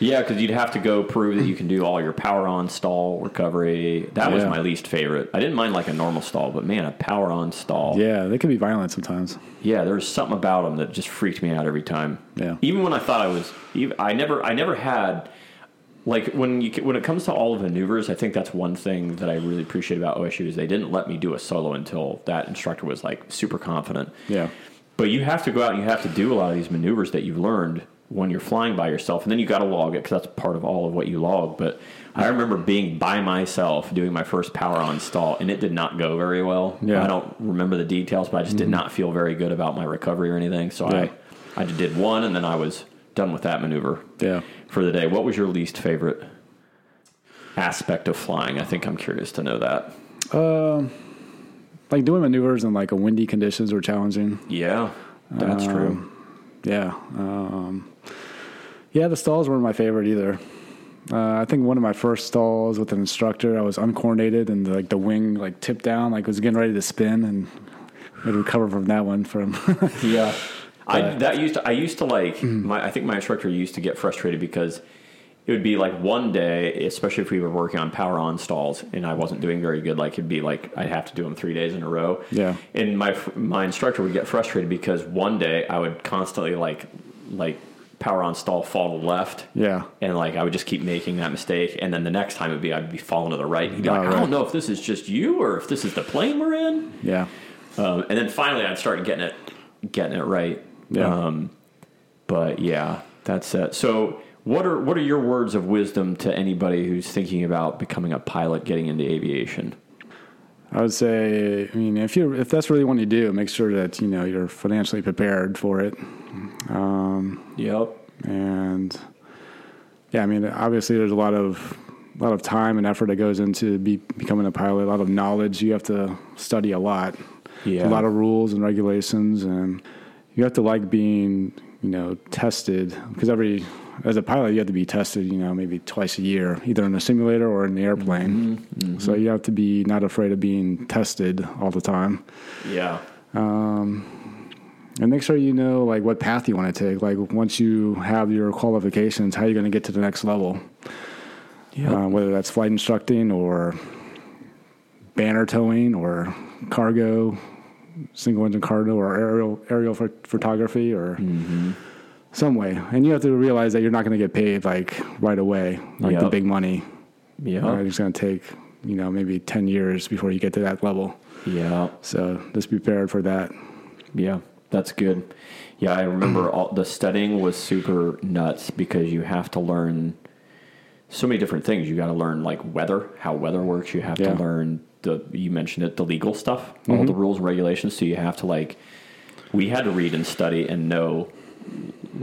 [SPEAKER 2] yeah. Because you'd have to go prove that you can do all your power on stall recovery. That was
[SPEAKER 1] Yeah.
[SPEAKER 2] my least favorite. I didn't mind like a normal stall, but man, a power on stall.
[SPEAKER 1] Yeah, they can be violent sometimes.
[SPEAKER 2] Yeah, there was something about them that just freaked me out every time.
[SPEAKER 1] Yeah.
[SPEAKER 2] Even when I thought I was, ev- I never, I never had, like when you when it comes to all of the maneuvers, I think that's one thing that I really appreciate about OSU is they didn't let me do a solo until that instructor was like super confident.
[SPEAKER 1] Yeah.
[SPEAKER 2] But you have to go out and you have to do a lot of these maneuvers that you've learned when you're flying by yourself, and then you got to log it because that's part of all of what you log. But I remember being by myself doing my first power on stall, and it did not go very well.
[SPEAKER 1] Yeah.
[SPEAKER 2] I don't remember the details, but I just did not feel very good about my recovery or anything. So
[SPEAKER 1] Yeah.
[SPEAKER 2] I, I just did one, and then I was done with that maneuver
[SPEAKER 1] Yeah.
[SPEAKER 2] for the day. What was your least favorite aspect of flying? I think I'm curious to know that.
[SPEAKER 1] Like doing maneuvers in like a windy conditions were challenging.
[SPEAKER 2] Yeah, that's true.
[SPEAKER 1] Yeah. Um, yeah, the stalls weren't my favorite either. Uh, I think one of my first stalls with an instructor, I was uncoordinated and like the wing like tipped down, like was getting ready to spin, and I would recover from that one from
[SPEAKER 2] Yeah. I that used to I used to like
[SPEAKER 1] Mm.
[SPEAKER 2] my I think my instructor used to get frustrated because it would be like one day, especially if we were working on power on stalls and I wasn't doing very good, like it'd be like I'd have to do them three days in a row.
[SPEAKER 1] Yeah.
[SPEAKER 2] And my fr- my instructor would get frustrated because one day I would constantly like like power on stall fall to the left.
[SPEAKER 1] yeah.
[SPEAKER 2] And like I would just keep making that mistake, and then the next time it'd be I'd be falling to the right. He'd be like,
[SPEAKER 1] Oh,
[SPEAKER 2] I
[SPEAKER 1] right.
[SPEAKER 2] don't know if this is just you or if this is the plane we're in.
[SPEAKER 1] Yeah.
[SPEAKER 2] Um, and then finally, I'd start getting it, getting it right.
[SPEAKER 1] Yeah.
[SPEAKER 2] Um, but yeah, that's it. So, what are what are your words of wisdom to anybody who's thinking about becoming a pilot, getting into aviation?
[SPEAKER 1] I would say, I mean, if you if that's really what you do, make sure that you know you're financially prepared for it,
[SPEAKER 2] Yep.
[SPEAKER 1] and yeah, I mean, obviously there's a lot of a lot of time and effort that goes into be, becoming a pilot. A lot of knowledge you have to study a lot.
[SPEAKER 2] Yeah.
[SPEAKER 1] a lot of rules and regulations, and you have to like being you know tested because every as a pilot you have to be tested you know maybe twice a year either in a simulator or in the airplane so you have to be not afraid of being tested all the time
[SPEAKER 2] Yeah.
[SPEAKER 1] and make sure you know like what path you want to take like once you have your qualifications how you're going to get to the next level
[SPEAKER 2] Yeah.
[SPEAKER 1] uh, whether that's flight instructing or banner towing or cargo single engine cargo or aerial aerial ph- photography or some way and you have to realize that you're not going to get paid like right away like the
[SPEAKER 2] Yep.
[SPEAKER 1] big money
[SPEAKER 2] Yeah.
[SPEAKER 1] Uh, it's going to take you know maybe 10 years before you get to that level
[SPEAKER 2] Yeah.
[SPEAKER 1] so just be prepared for that
[SPEAKER 2] Yeah, that's good. Yeah, I remember all the studying was super nuts because you have to learn so many different things. You got to learn like weather, how weather works. You have
[SPEAKER 1] Yeah. Mm-hmm.
[SPEAKER 2] to learn the you mentioned it, the legal stuff, all the rules and regulations. So you have to like we had to read and study and know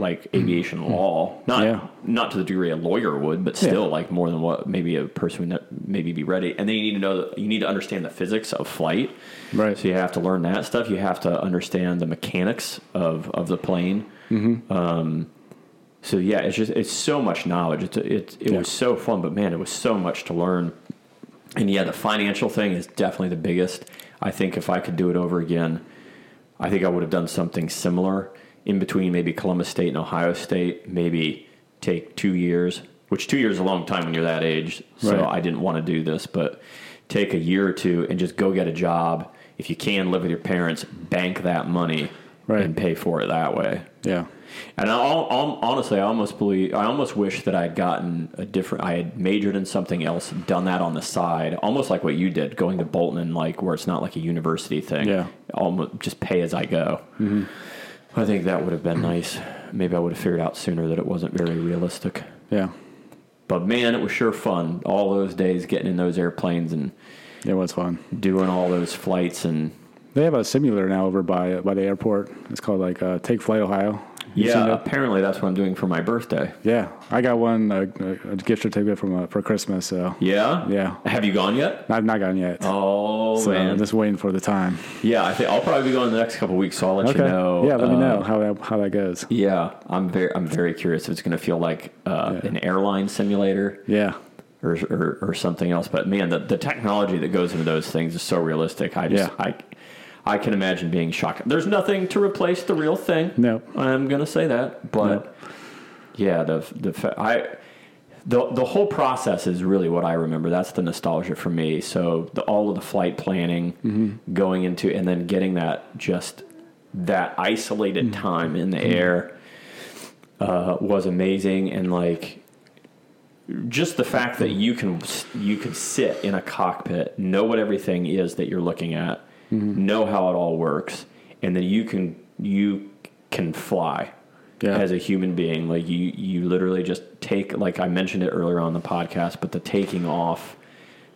[SPEAKER 2] like aviation law, not
[SPEAKER 1] Mm-hmm. Yeah.
[SPEAKER 2] not to the degree a lawyer would, but still like more than what maybe a person would not- maybe be ready. And then you need to know you need to understand the physics of flight.
[SPEAKER 1] Right.
[SPEAKER 2] So you have to learn that stuff. You have to understand the mechanics of of the plane. Um,
[SPEAKER 1] Mm-hmm.
[SPEAKER 2] so yeah, it's just it's so much knowledge. It's it it
[SPEAKER 1] Yeah.
[SPEAKER 2] was so fun, but man, it was so much to learn. And yeah, the financial thing is definitely the biggest. I think if I could do it over again, I think I would have done something similar in between maybe Columbus State and Ohio State, maybe take two years, which two years is a long time when you're that age. So
[SPEAKER 1] Right.
[SPEAKER 2] I didn't want to do this, but take a year or two and just go get a job. If you can live with your parents, bank that money
[SPEAKER 1] Right.
[SPEAKER 2] and pay for it that way.
[SPEAKER 1] yeah
[SPEAKER 2] And I, al- al- honestly, I almost believe I almost wish that I had gotten a different. I had majored in something else, done that on the side, almost like what you did, going to Bolton and like where it's not like a university thing.
[SPEAKER 1] Yeah. Mm-hmm.
[SPEAKER 2] almost just pay as I go. I think that would have been nice. Maybe I would have figured out sooner that it wasn't very realistic.
[SPEAKER 1] yeah
[SPEAKER 2] But man, it was sure fun. All those days getting in those airplanes and
[SPEAKER 1] it was fun
[SPEAKER 2] doing all those flights and
[SPEAKER 1] They have a simulator now over by by the airport. It's called like uh, Take Flight Ohio. You seen it?
[SPEAKER 2] yeah. Apparently, that's what I'm doing for my birthday.
[SPEAKER 1] yeah. I got one uh, a, a gift certificate from uh, for Christmas. So
[SPEAKER 2] Yeah,
[SPEAKER 1] Yeah.
[SPEAKER 2] Have you gone yet?
[SPEAKER 1] I've not gotten yet.
[SPEAKER 2] Oh
[SPEAKER 1] so
[SPEAKER 2] man,
[SPEAKER 1] I'm just waiting for the time.
[SPEAKER 2] Yeah, I think I'll probably be going the next couple weeks, so I'll let
[SPEAKER 1] Okay.
[SPEAKER 2] you know.
[SPEAKER 1] yeah. Let me
[SPEAKER 2] Uh,
[SPEAKER 1] know how that how that goes.
[SPEAKER 2] Yeah, I'm very, I'm very curious if it's going to feel like uh, an airline simulator
[SPEAKER 1] Yeah.
[SPEAKER 2] or, or or something else. But man, the the technology that goes into those things is so realistic. I just,
[SPEAKER 1] Yeah.
[SPEAKER 2] I, I can imagine being shocked. There's nothing to replace the real thing.
[SPEAKER 1] No.
[SPEAKER 2] I'm going to say that, but yeah, the the fa- I. The, the whole process is really what I remember. That's the nostalgia for me. So the, all of the flight planning,
[SPEAKER 1] Mm-hmm.
[SPEAKER 2] going into, and then getting that just that isolated
[SPEAKER 1] Mm-hmm.
[SPEAKER 2] time in the air uh, was amazing. And like just the fact that you can you can sit in a cockpit, know what everything is that you're looking at, know how it all works, and then you can you can fly
[SPEAKER 1] Yeah.
[SPEAKER 2] as a human being. Like you, you literally just take. Like I mentioned it earlier on the podcast, but the taking off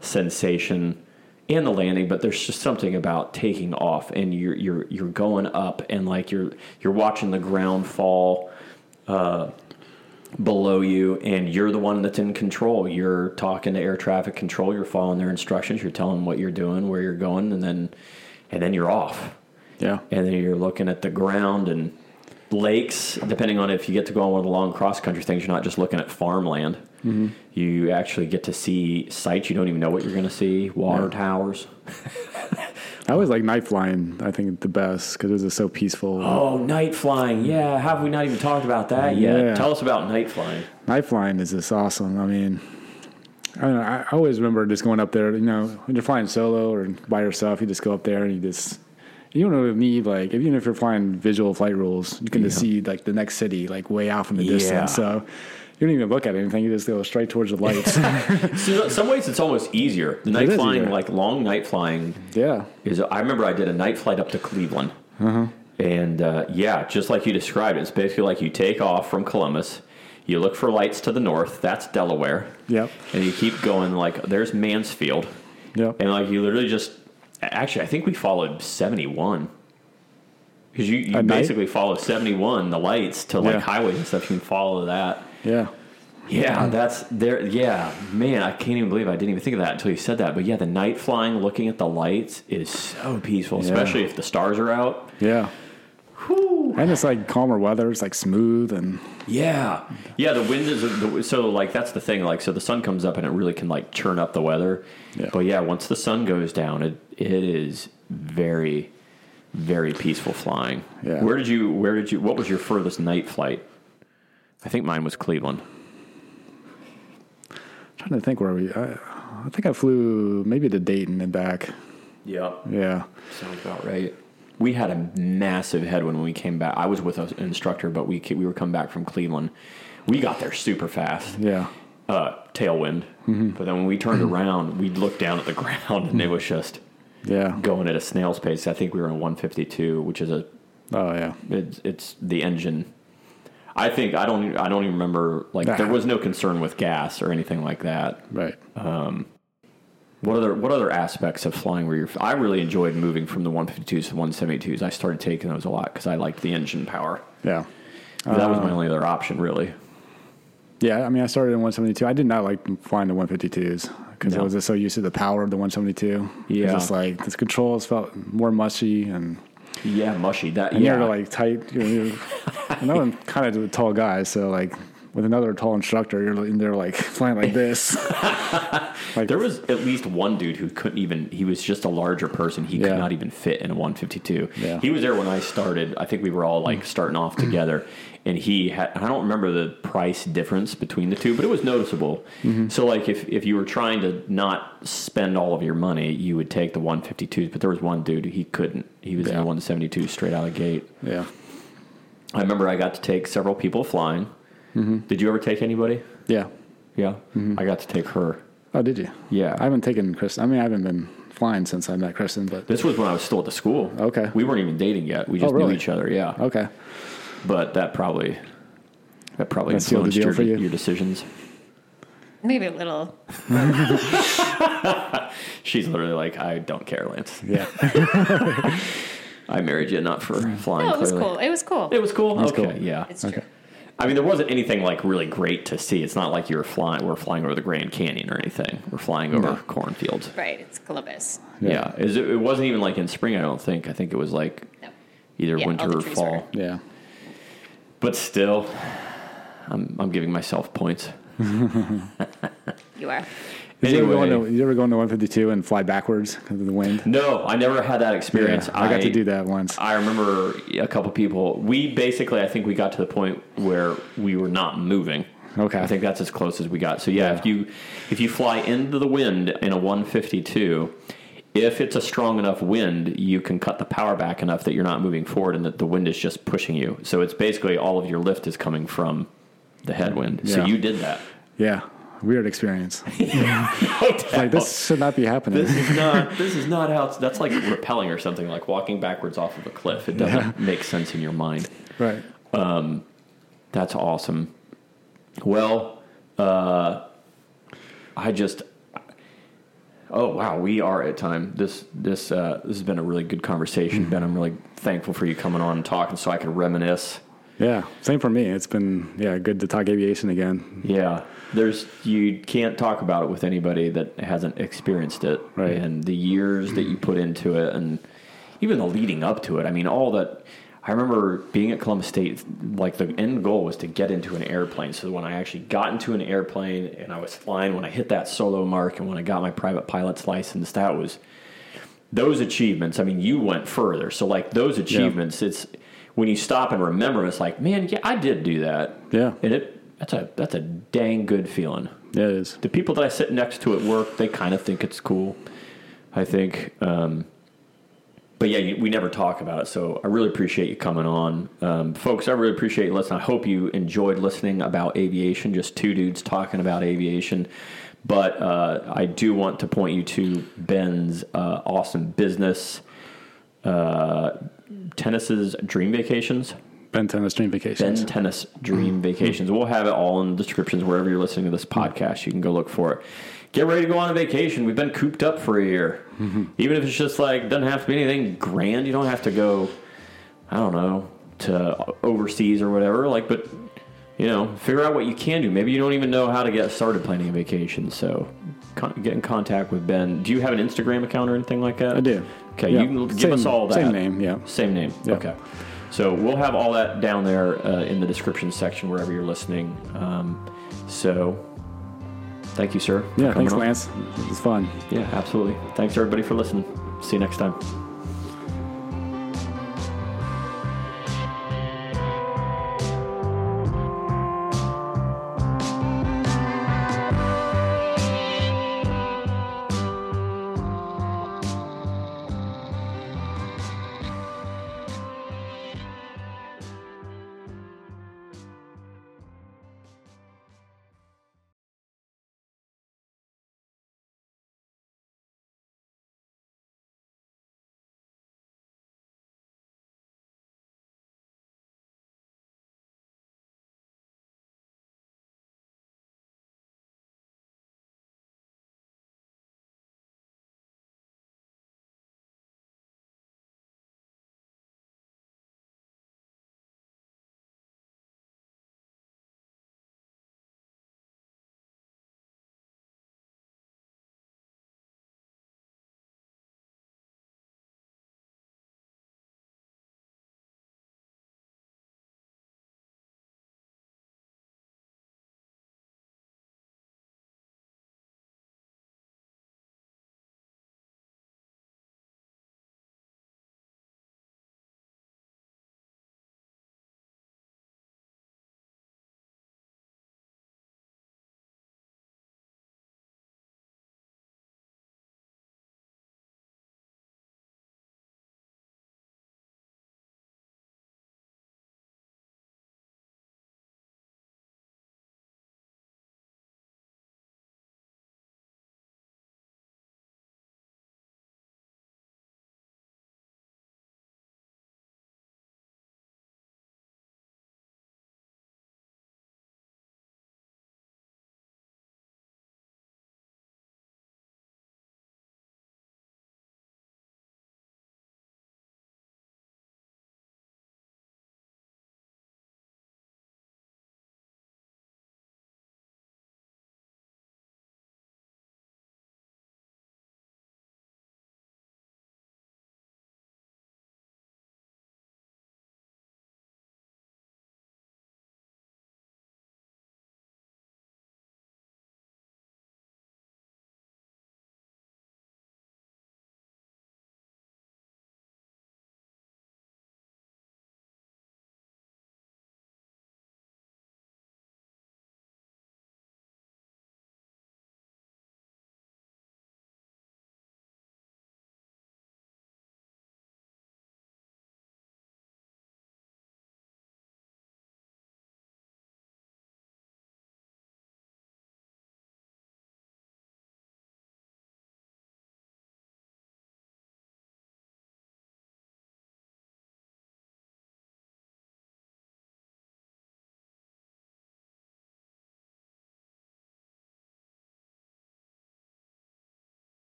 [SPEAKER 2] sensation and the landing. But there's just something about taking off, and you're you're you're going up, and like you're you're watching the ground fall below you and you're the one that's in control. You're talking to air traffic control, you're following their instructions, you're telling them what you're doing, where you're going, and then and then you're off.
[SPEAKER 1] Yeah.
[SPEAKER 2] And then you're looking at the ground and lakes, depending on if you get to go on one of the long cross country things, you're not just looking at farmland.
[SPEAKER 1] Mm-hmm.
[SPEAKER 2] You actually get to see sites you don't even know what you're going to see, water
[SPEAKER 1] Yeah.
[SPEAKER 2] towers.
[SPEAKER 1] I always like night flying. I think the best because it was just so peaceful.
[SPEAKER 2] Oh, night flying. Yeah, have we not even talked about that yet?
[SPEAKER 1] Yeah.
[SPEAKER 2] Tell us about night flying.
[SPEAKER 1] Night flying is just awesome. I mean, I don't know. I I always remember just going up there. You know, when you're flying solo or by yourself, you just go up there and you just you don't really need like even if you're flying visual flight rules, you can just see like the next city like way off in the
[SPEAKER 2] Yeah.
[SPEAKER 1] distance. So you don't even look at anything. You just go straight towards the lights.
[SPEAKER 2] So in some ways, it's almost easier. The night
[SPEAKER 1] is
[SPEAKER 2] flying,
[SPEAKER 1] easier.
[SPEAKER 2] like long night flying,
[SPEAKER 1] yeah.
[SPEAKER 2] is I remember I did a night flight up to Cleveland,
[SPEAKER 1] Uh-huh.
[SPEAKER 2] and uh, yeah, just like you described, it's basically like you take off from Columbus, you look for lights to the north, that's Delaware,
[SPEAKER 1] Yep.
[SPEAKER 2] and you keep going like there's Mansfield,
[SPEAKER 1] Yep.
[SPEAKER 2] and like you literally just actually I think we followed seventy one. Because you, you
[SPEAKER 1] At night?
[SPEAKER 2] basically follow 71, the lights to like
[SPEAKER 1] Yeah.
[SPEAKER 2] highways and stuff. You can follow that.
[SPEAKER 1] Yeah.
[SPEAKER 2] Yeah, that's there. Yeah, man, I can't even believe I didn't even think of that until you said that. But yeah, the night flying, looking at the lights, is so peaceful, especially if the stars are out.
[SPEAKER 1] Yeah. And it's like calmer weather. It's like smooth and
[SPEAKER 2] Yeah, yeah, the wind is the- so like that's the thing. Like, so the sun comes up and it really can like turn up the weather.
[SPEAKER 1] Yeah.
[SPEAKER 2] But yeah, once the sun goes down, it it is very, very peaceful flying.
[SPEAKER 1] Yeah.
[SPEAKER 2] Where did you? Where did you? What was your furthest night flight? I think mine was Cleveland.
[SPEAKER 1] trying to think where we. I, I think I flew maybe to Dayton and back.
[SPEAKER 2] Yeah.
[SPEAKER 1] Yeah.
[SPEAKER 2] Sounds about right. We had a massive headwind when we came back. I was with an instructor, but we ca- we were coming back from Cleveland. We got there super fast,
[SPEAKER 1] Yeah.
[SPEAKER 2] uh, tailwind. But then when we turned around, we looked down at the ground, and it was just
[SPEAKER 1] Yeah.
[SPEAKER 2] going at a snail's pace. I think we were in 152, which is a
[SPEAKER 1] Oh yeah.
[SPEAKER 2] it's, it's the engine. I think I don't I don't even remember like
[SPEAKER 1] Ah.
[SPEAKER 2] there was no concern with gas or anything like that.
[SPEAKER 1] Right.
[SPEAKER 2] What other what other aspects of flying were your? I really enjoyed moving from the 152s to 172s. I started taking those a lot because I liked the engine power.
[SPEAKER 1] Yeah.
[SPEAKER 2] that was my only other option, really.
[SPEAKER 1] Yeah, I mean, I started in 172. I did not like flying the 152s because
[SPEAKER 2] No.
[SPEAKER 1] I was just so used to the power of the 172. It
[SPEAKER 2] Yeah.
[SPEAKER 1] was just like the controls felt more mushy and,
[SPEAKER 2] Yeah, mushy. That
[SPEAKER 1] and
[SPEAKER 2] yeah,
[SPEAKER 1] you're like tight. You know, you're, and I'm kind of a tall guy, so like with another tall instructor, you're in there like flying like this.
[SPEAKER 2] there was at least one dude who couldn't even. He was just a larger person. He
[SPEAKER 1] Yeah.
[SPEAKER 2] could not even fit in a 152.
[SPEAKER 1] Yeah.
[SPEAKER 2] He was there when I started. I think we were all like starting off together, and he had. I don't remember the price difference between the two, but it was noticeable.
[SPEAKER 1] Mm-hmm.
[SPEAKER 2] So like if if you were trying to not spend all of your money, you would take the 152s. But there was one dude he couldn't. He was in
[SPEAKER 1] Yeah.
[SPEAKER 2] the 172 straight out of the gate.
[SPEAKER 1] yeah.
[SPEAKER 2] I remember I got to take several people flying.
[SPEAKER 1] Mm-hmm.
[SPEAKER 2] Did you ever take anybody?
[SPEAKER 1] Yeah.
[SPEAKER 2] Yeah.
[SPEAKER 1] Mm-hmm.
[SPEAKER 2] I got to take her.
[SPEAKER 1] Oh, did you?
[SPEAKER 2] Yeah.
[SPEAKER 1] I haven't taken Kristen. I mean, I haven't been flying since I met Kristen, but
[SPEAKER 2] This was when I was still at the school.
[SPEAKER 1] Okay. Oh,
[SPEAKER 2] We weren't even dating yet. We just knew
[SPEAKER 1] really?
[SPEAKER 2] each other. Yeah.
[SPEAKER 1] okay.
[SPEAKER 2] But that probably that probably
[SPEAKER 1] That sealed the
[SPEAKER 2] influenced
[SPEAKER 1] deal
[SPEAKER 2] your,
[SPEAKER 1] for you?
[SPEAKER 2] your decisions.
[SPEAKER 3] Maybe a little.
[SPEAKER 2] She's literally like, I don't care, Lance.
[SPEAKER 1] Yeah.
[SPEAKER 2] I married you not for flying.
[SPEAKER 3] No, Oh, it was
[SPEAKER 2] clearly.
[SPEAKER 3] cool. It was cool.
[SPEAKER 2] It was cool.
[SPEAKER 1] was
[SPEAKER 2] okay.
[SPEAKER 1] cool.
[SPEAKER 2] Yeah.
[SPEAKER 3] it's
[SPEAKER 1] okay.
[SPEAKER 3] true.
[SPEAKER 2] I mean, there wasn't anything like really great to see. It's not like you were flying. We're flying over the Grand Canyon or anything. We're flying over cornfields.
[SPEAKER 3] Right. It's Columbus.
[SPEAKER 2] Yeah. Is it, it wasn't even like in spring. I don't think. I think it was like
[SPEAKER 3] No.
[SPEAKER 2] either
[SPEAKER 3] Yeah, all
[SPEAKER 2] winter
[SPEAKER 3] the
[SPEAKER 2] or
[SPEAKER 3] trees
[SPEAKER 2] fall.
[SPEAKER 3] were-
[SPEAKER 1] Yeah.
[SPEAKER 2] But still, I'm, I'm giving myself points.
[SPEAKER 3] You are.
[SPEAKER 1] Did you, ever go
[SPEAKER 2] Anyway.
[SPEAKER 1] into, did you ever go into 152 and fly backwards because of the wind?
[SPEAKER 2] No, I never had that experience.
[SPEAKER 1] Yeah, I got to do that once.
[SPEAKER 2] I remember a couple people. We basically, I think we got to the point where we were not moving.
[SPEAKER 1] Okay.
[SPEAKER 2] I think that's as close as we got. So yeah, if you if you fly into the wind in a 152, if it's a strong enough wind, you can cut the power back enough that you're not moving forward and that the wind is just pushing you. So it's basically all of your lift is coming from the headwind. So
[SPEAKER 1] Yeah.
[SPEAKER 2] you did that.
[SPEAKER 1] Yeah, weird experience. It's like this should not be happening.
[SPEAKER 2] This is not. This is not how. It's, that's like rappelling or something, like walking backwards off of a cliff. It doesn't make sense in your mind.
[SPEAKER 1] right.
[SPEAKER 2] That's awesome. Well, uh, I just. Oh wow, we are at time. This this uh, this has been a really good conversation, Ben. I'm really thankful for you coming on and talking, so I can reminisce.
[SPEAKER 1] Yeah. Same for me. It's been yeah good to talk aviation again.
[SPEAKER 2] Yeah, there's you can't talk about it with anybody that hasn't experienced it,
[SPEAKER 1] Right.
[SPEAKER 2] And the years that you put into it, and even the leading up to it. I mean, all that. I remember being at Columbus State. Like the end goal was to get into an airplane. So when I actually got into an airplane and I was flying, when I hit that solo mark, and when I got my private pilot's license, that was those achievements. I mean, you went further. So like those achievements, it's when you stop and remember, it's like, man, yeah, I did do that.
[SPEAKER 1] Yeah.
[SPEAKER 2] And it that's a that's a dang good feeling.
[SPEAKER 1] Yeah, it is.
[SPEAKER 2] The people that I sit next to at work, they kind of think it's cool. I think, um, but yeah, you- we never talk about it. So I really appreciate you coming on, um, folks. I really appreciate you listening. I hope you enjoyed listening about aviation. Just two dudes talking about aviation. But uh, I do want to point you to Ben's uh, awesome business, uh, Tennis's Dream Vacations.
[SPEAKER 1] Ben Tennis Dream Vacations.
[SPEAKER 2] Ben Tennis Dream Vacations. We'll have it all in the descriptions wherever you're listening to this podcast. You can go look for it. Get ready to go on a vacation. We've been cooped up for a year. Even if it's just like doesn't have to be anything grand. You don't have to go. I don't know to overseas or whatever. Like, but you know, figure out what you can do. Maybe you don't even know how to get started planning a vacation. So con- get in contact with Ben. Do you have an Instagram account or anything like that?
[SPEAKER 1] I do.
[SPEAKER 2] Okay,
[SPEAKER 1] Yeah.
[SPEAKER 2] you can give
[SPEAKER 1] Same-
[SPEAKER 2] us all that.
[SPEAKER 1] same name, yeah.
[SPEAKER 2] Same name.
[SPEAKER 1] Yeah.
[SPEAKER 2] Okay. So we'll have all that down there uh, in the description section wherever you're listening. Um, so thank you, sir. for
[SPEAKER 1] Yeah,
[SPEAKER 2] coming
[SPEAKER 1] thanks,
[SPEAKER 2] on.
[SPEAKER 1] Lance. It's fun.
[SPEAKER 2] Yeah, absolutely. Thanks, everybody, for listening. See you next time.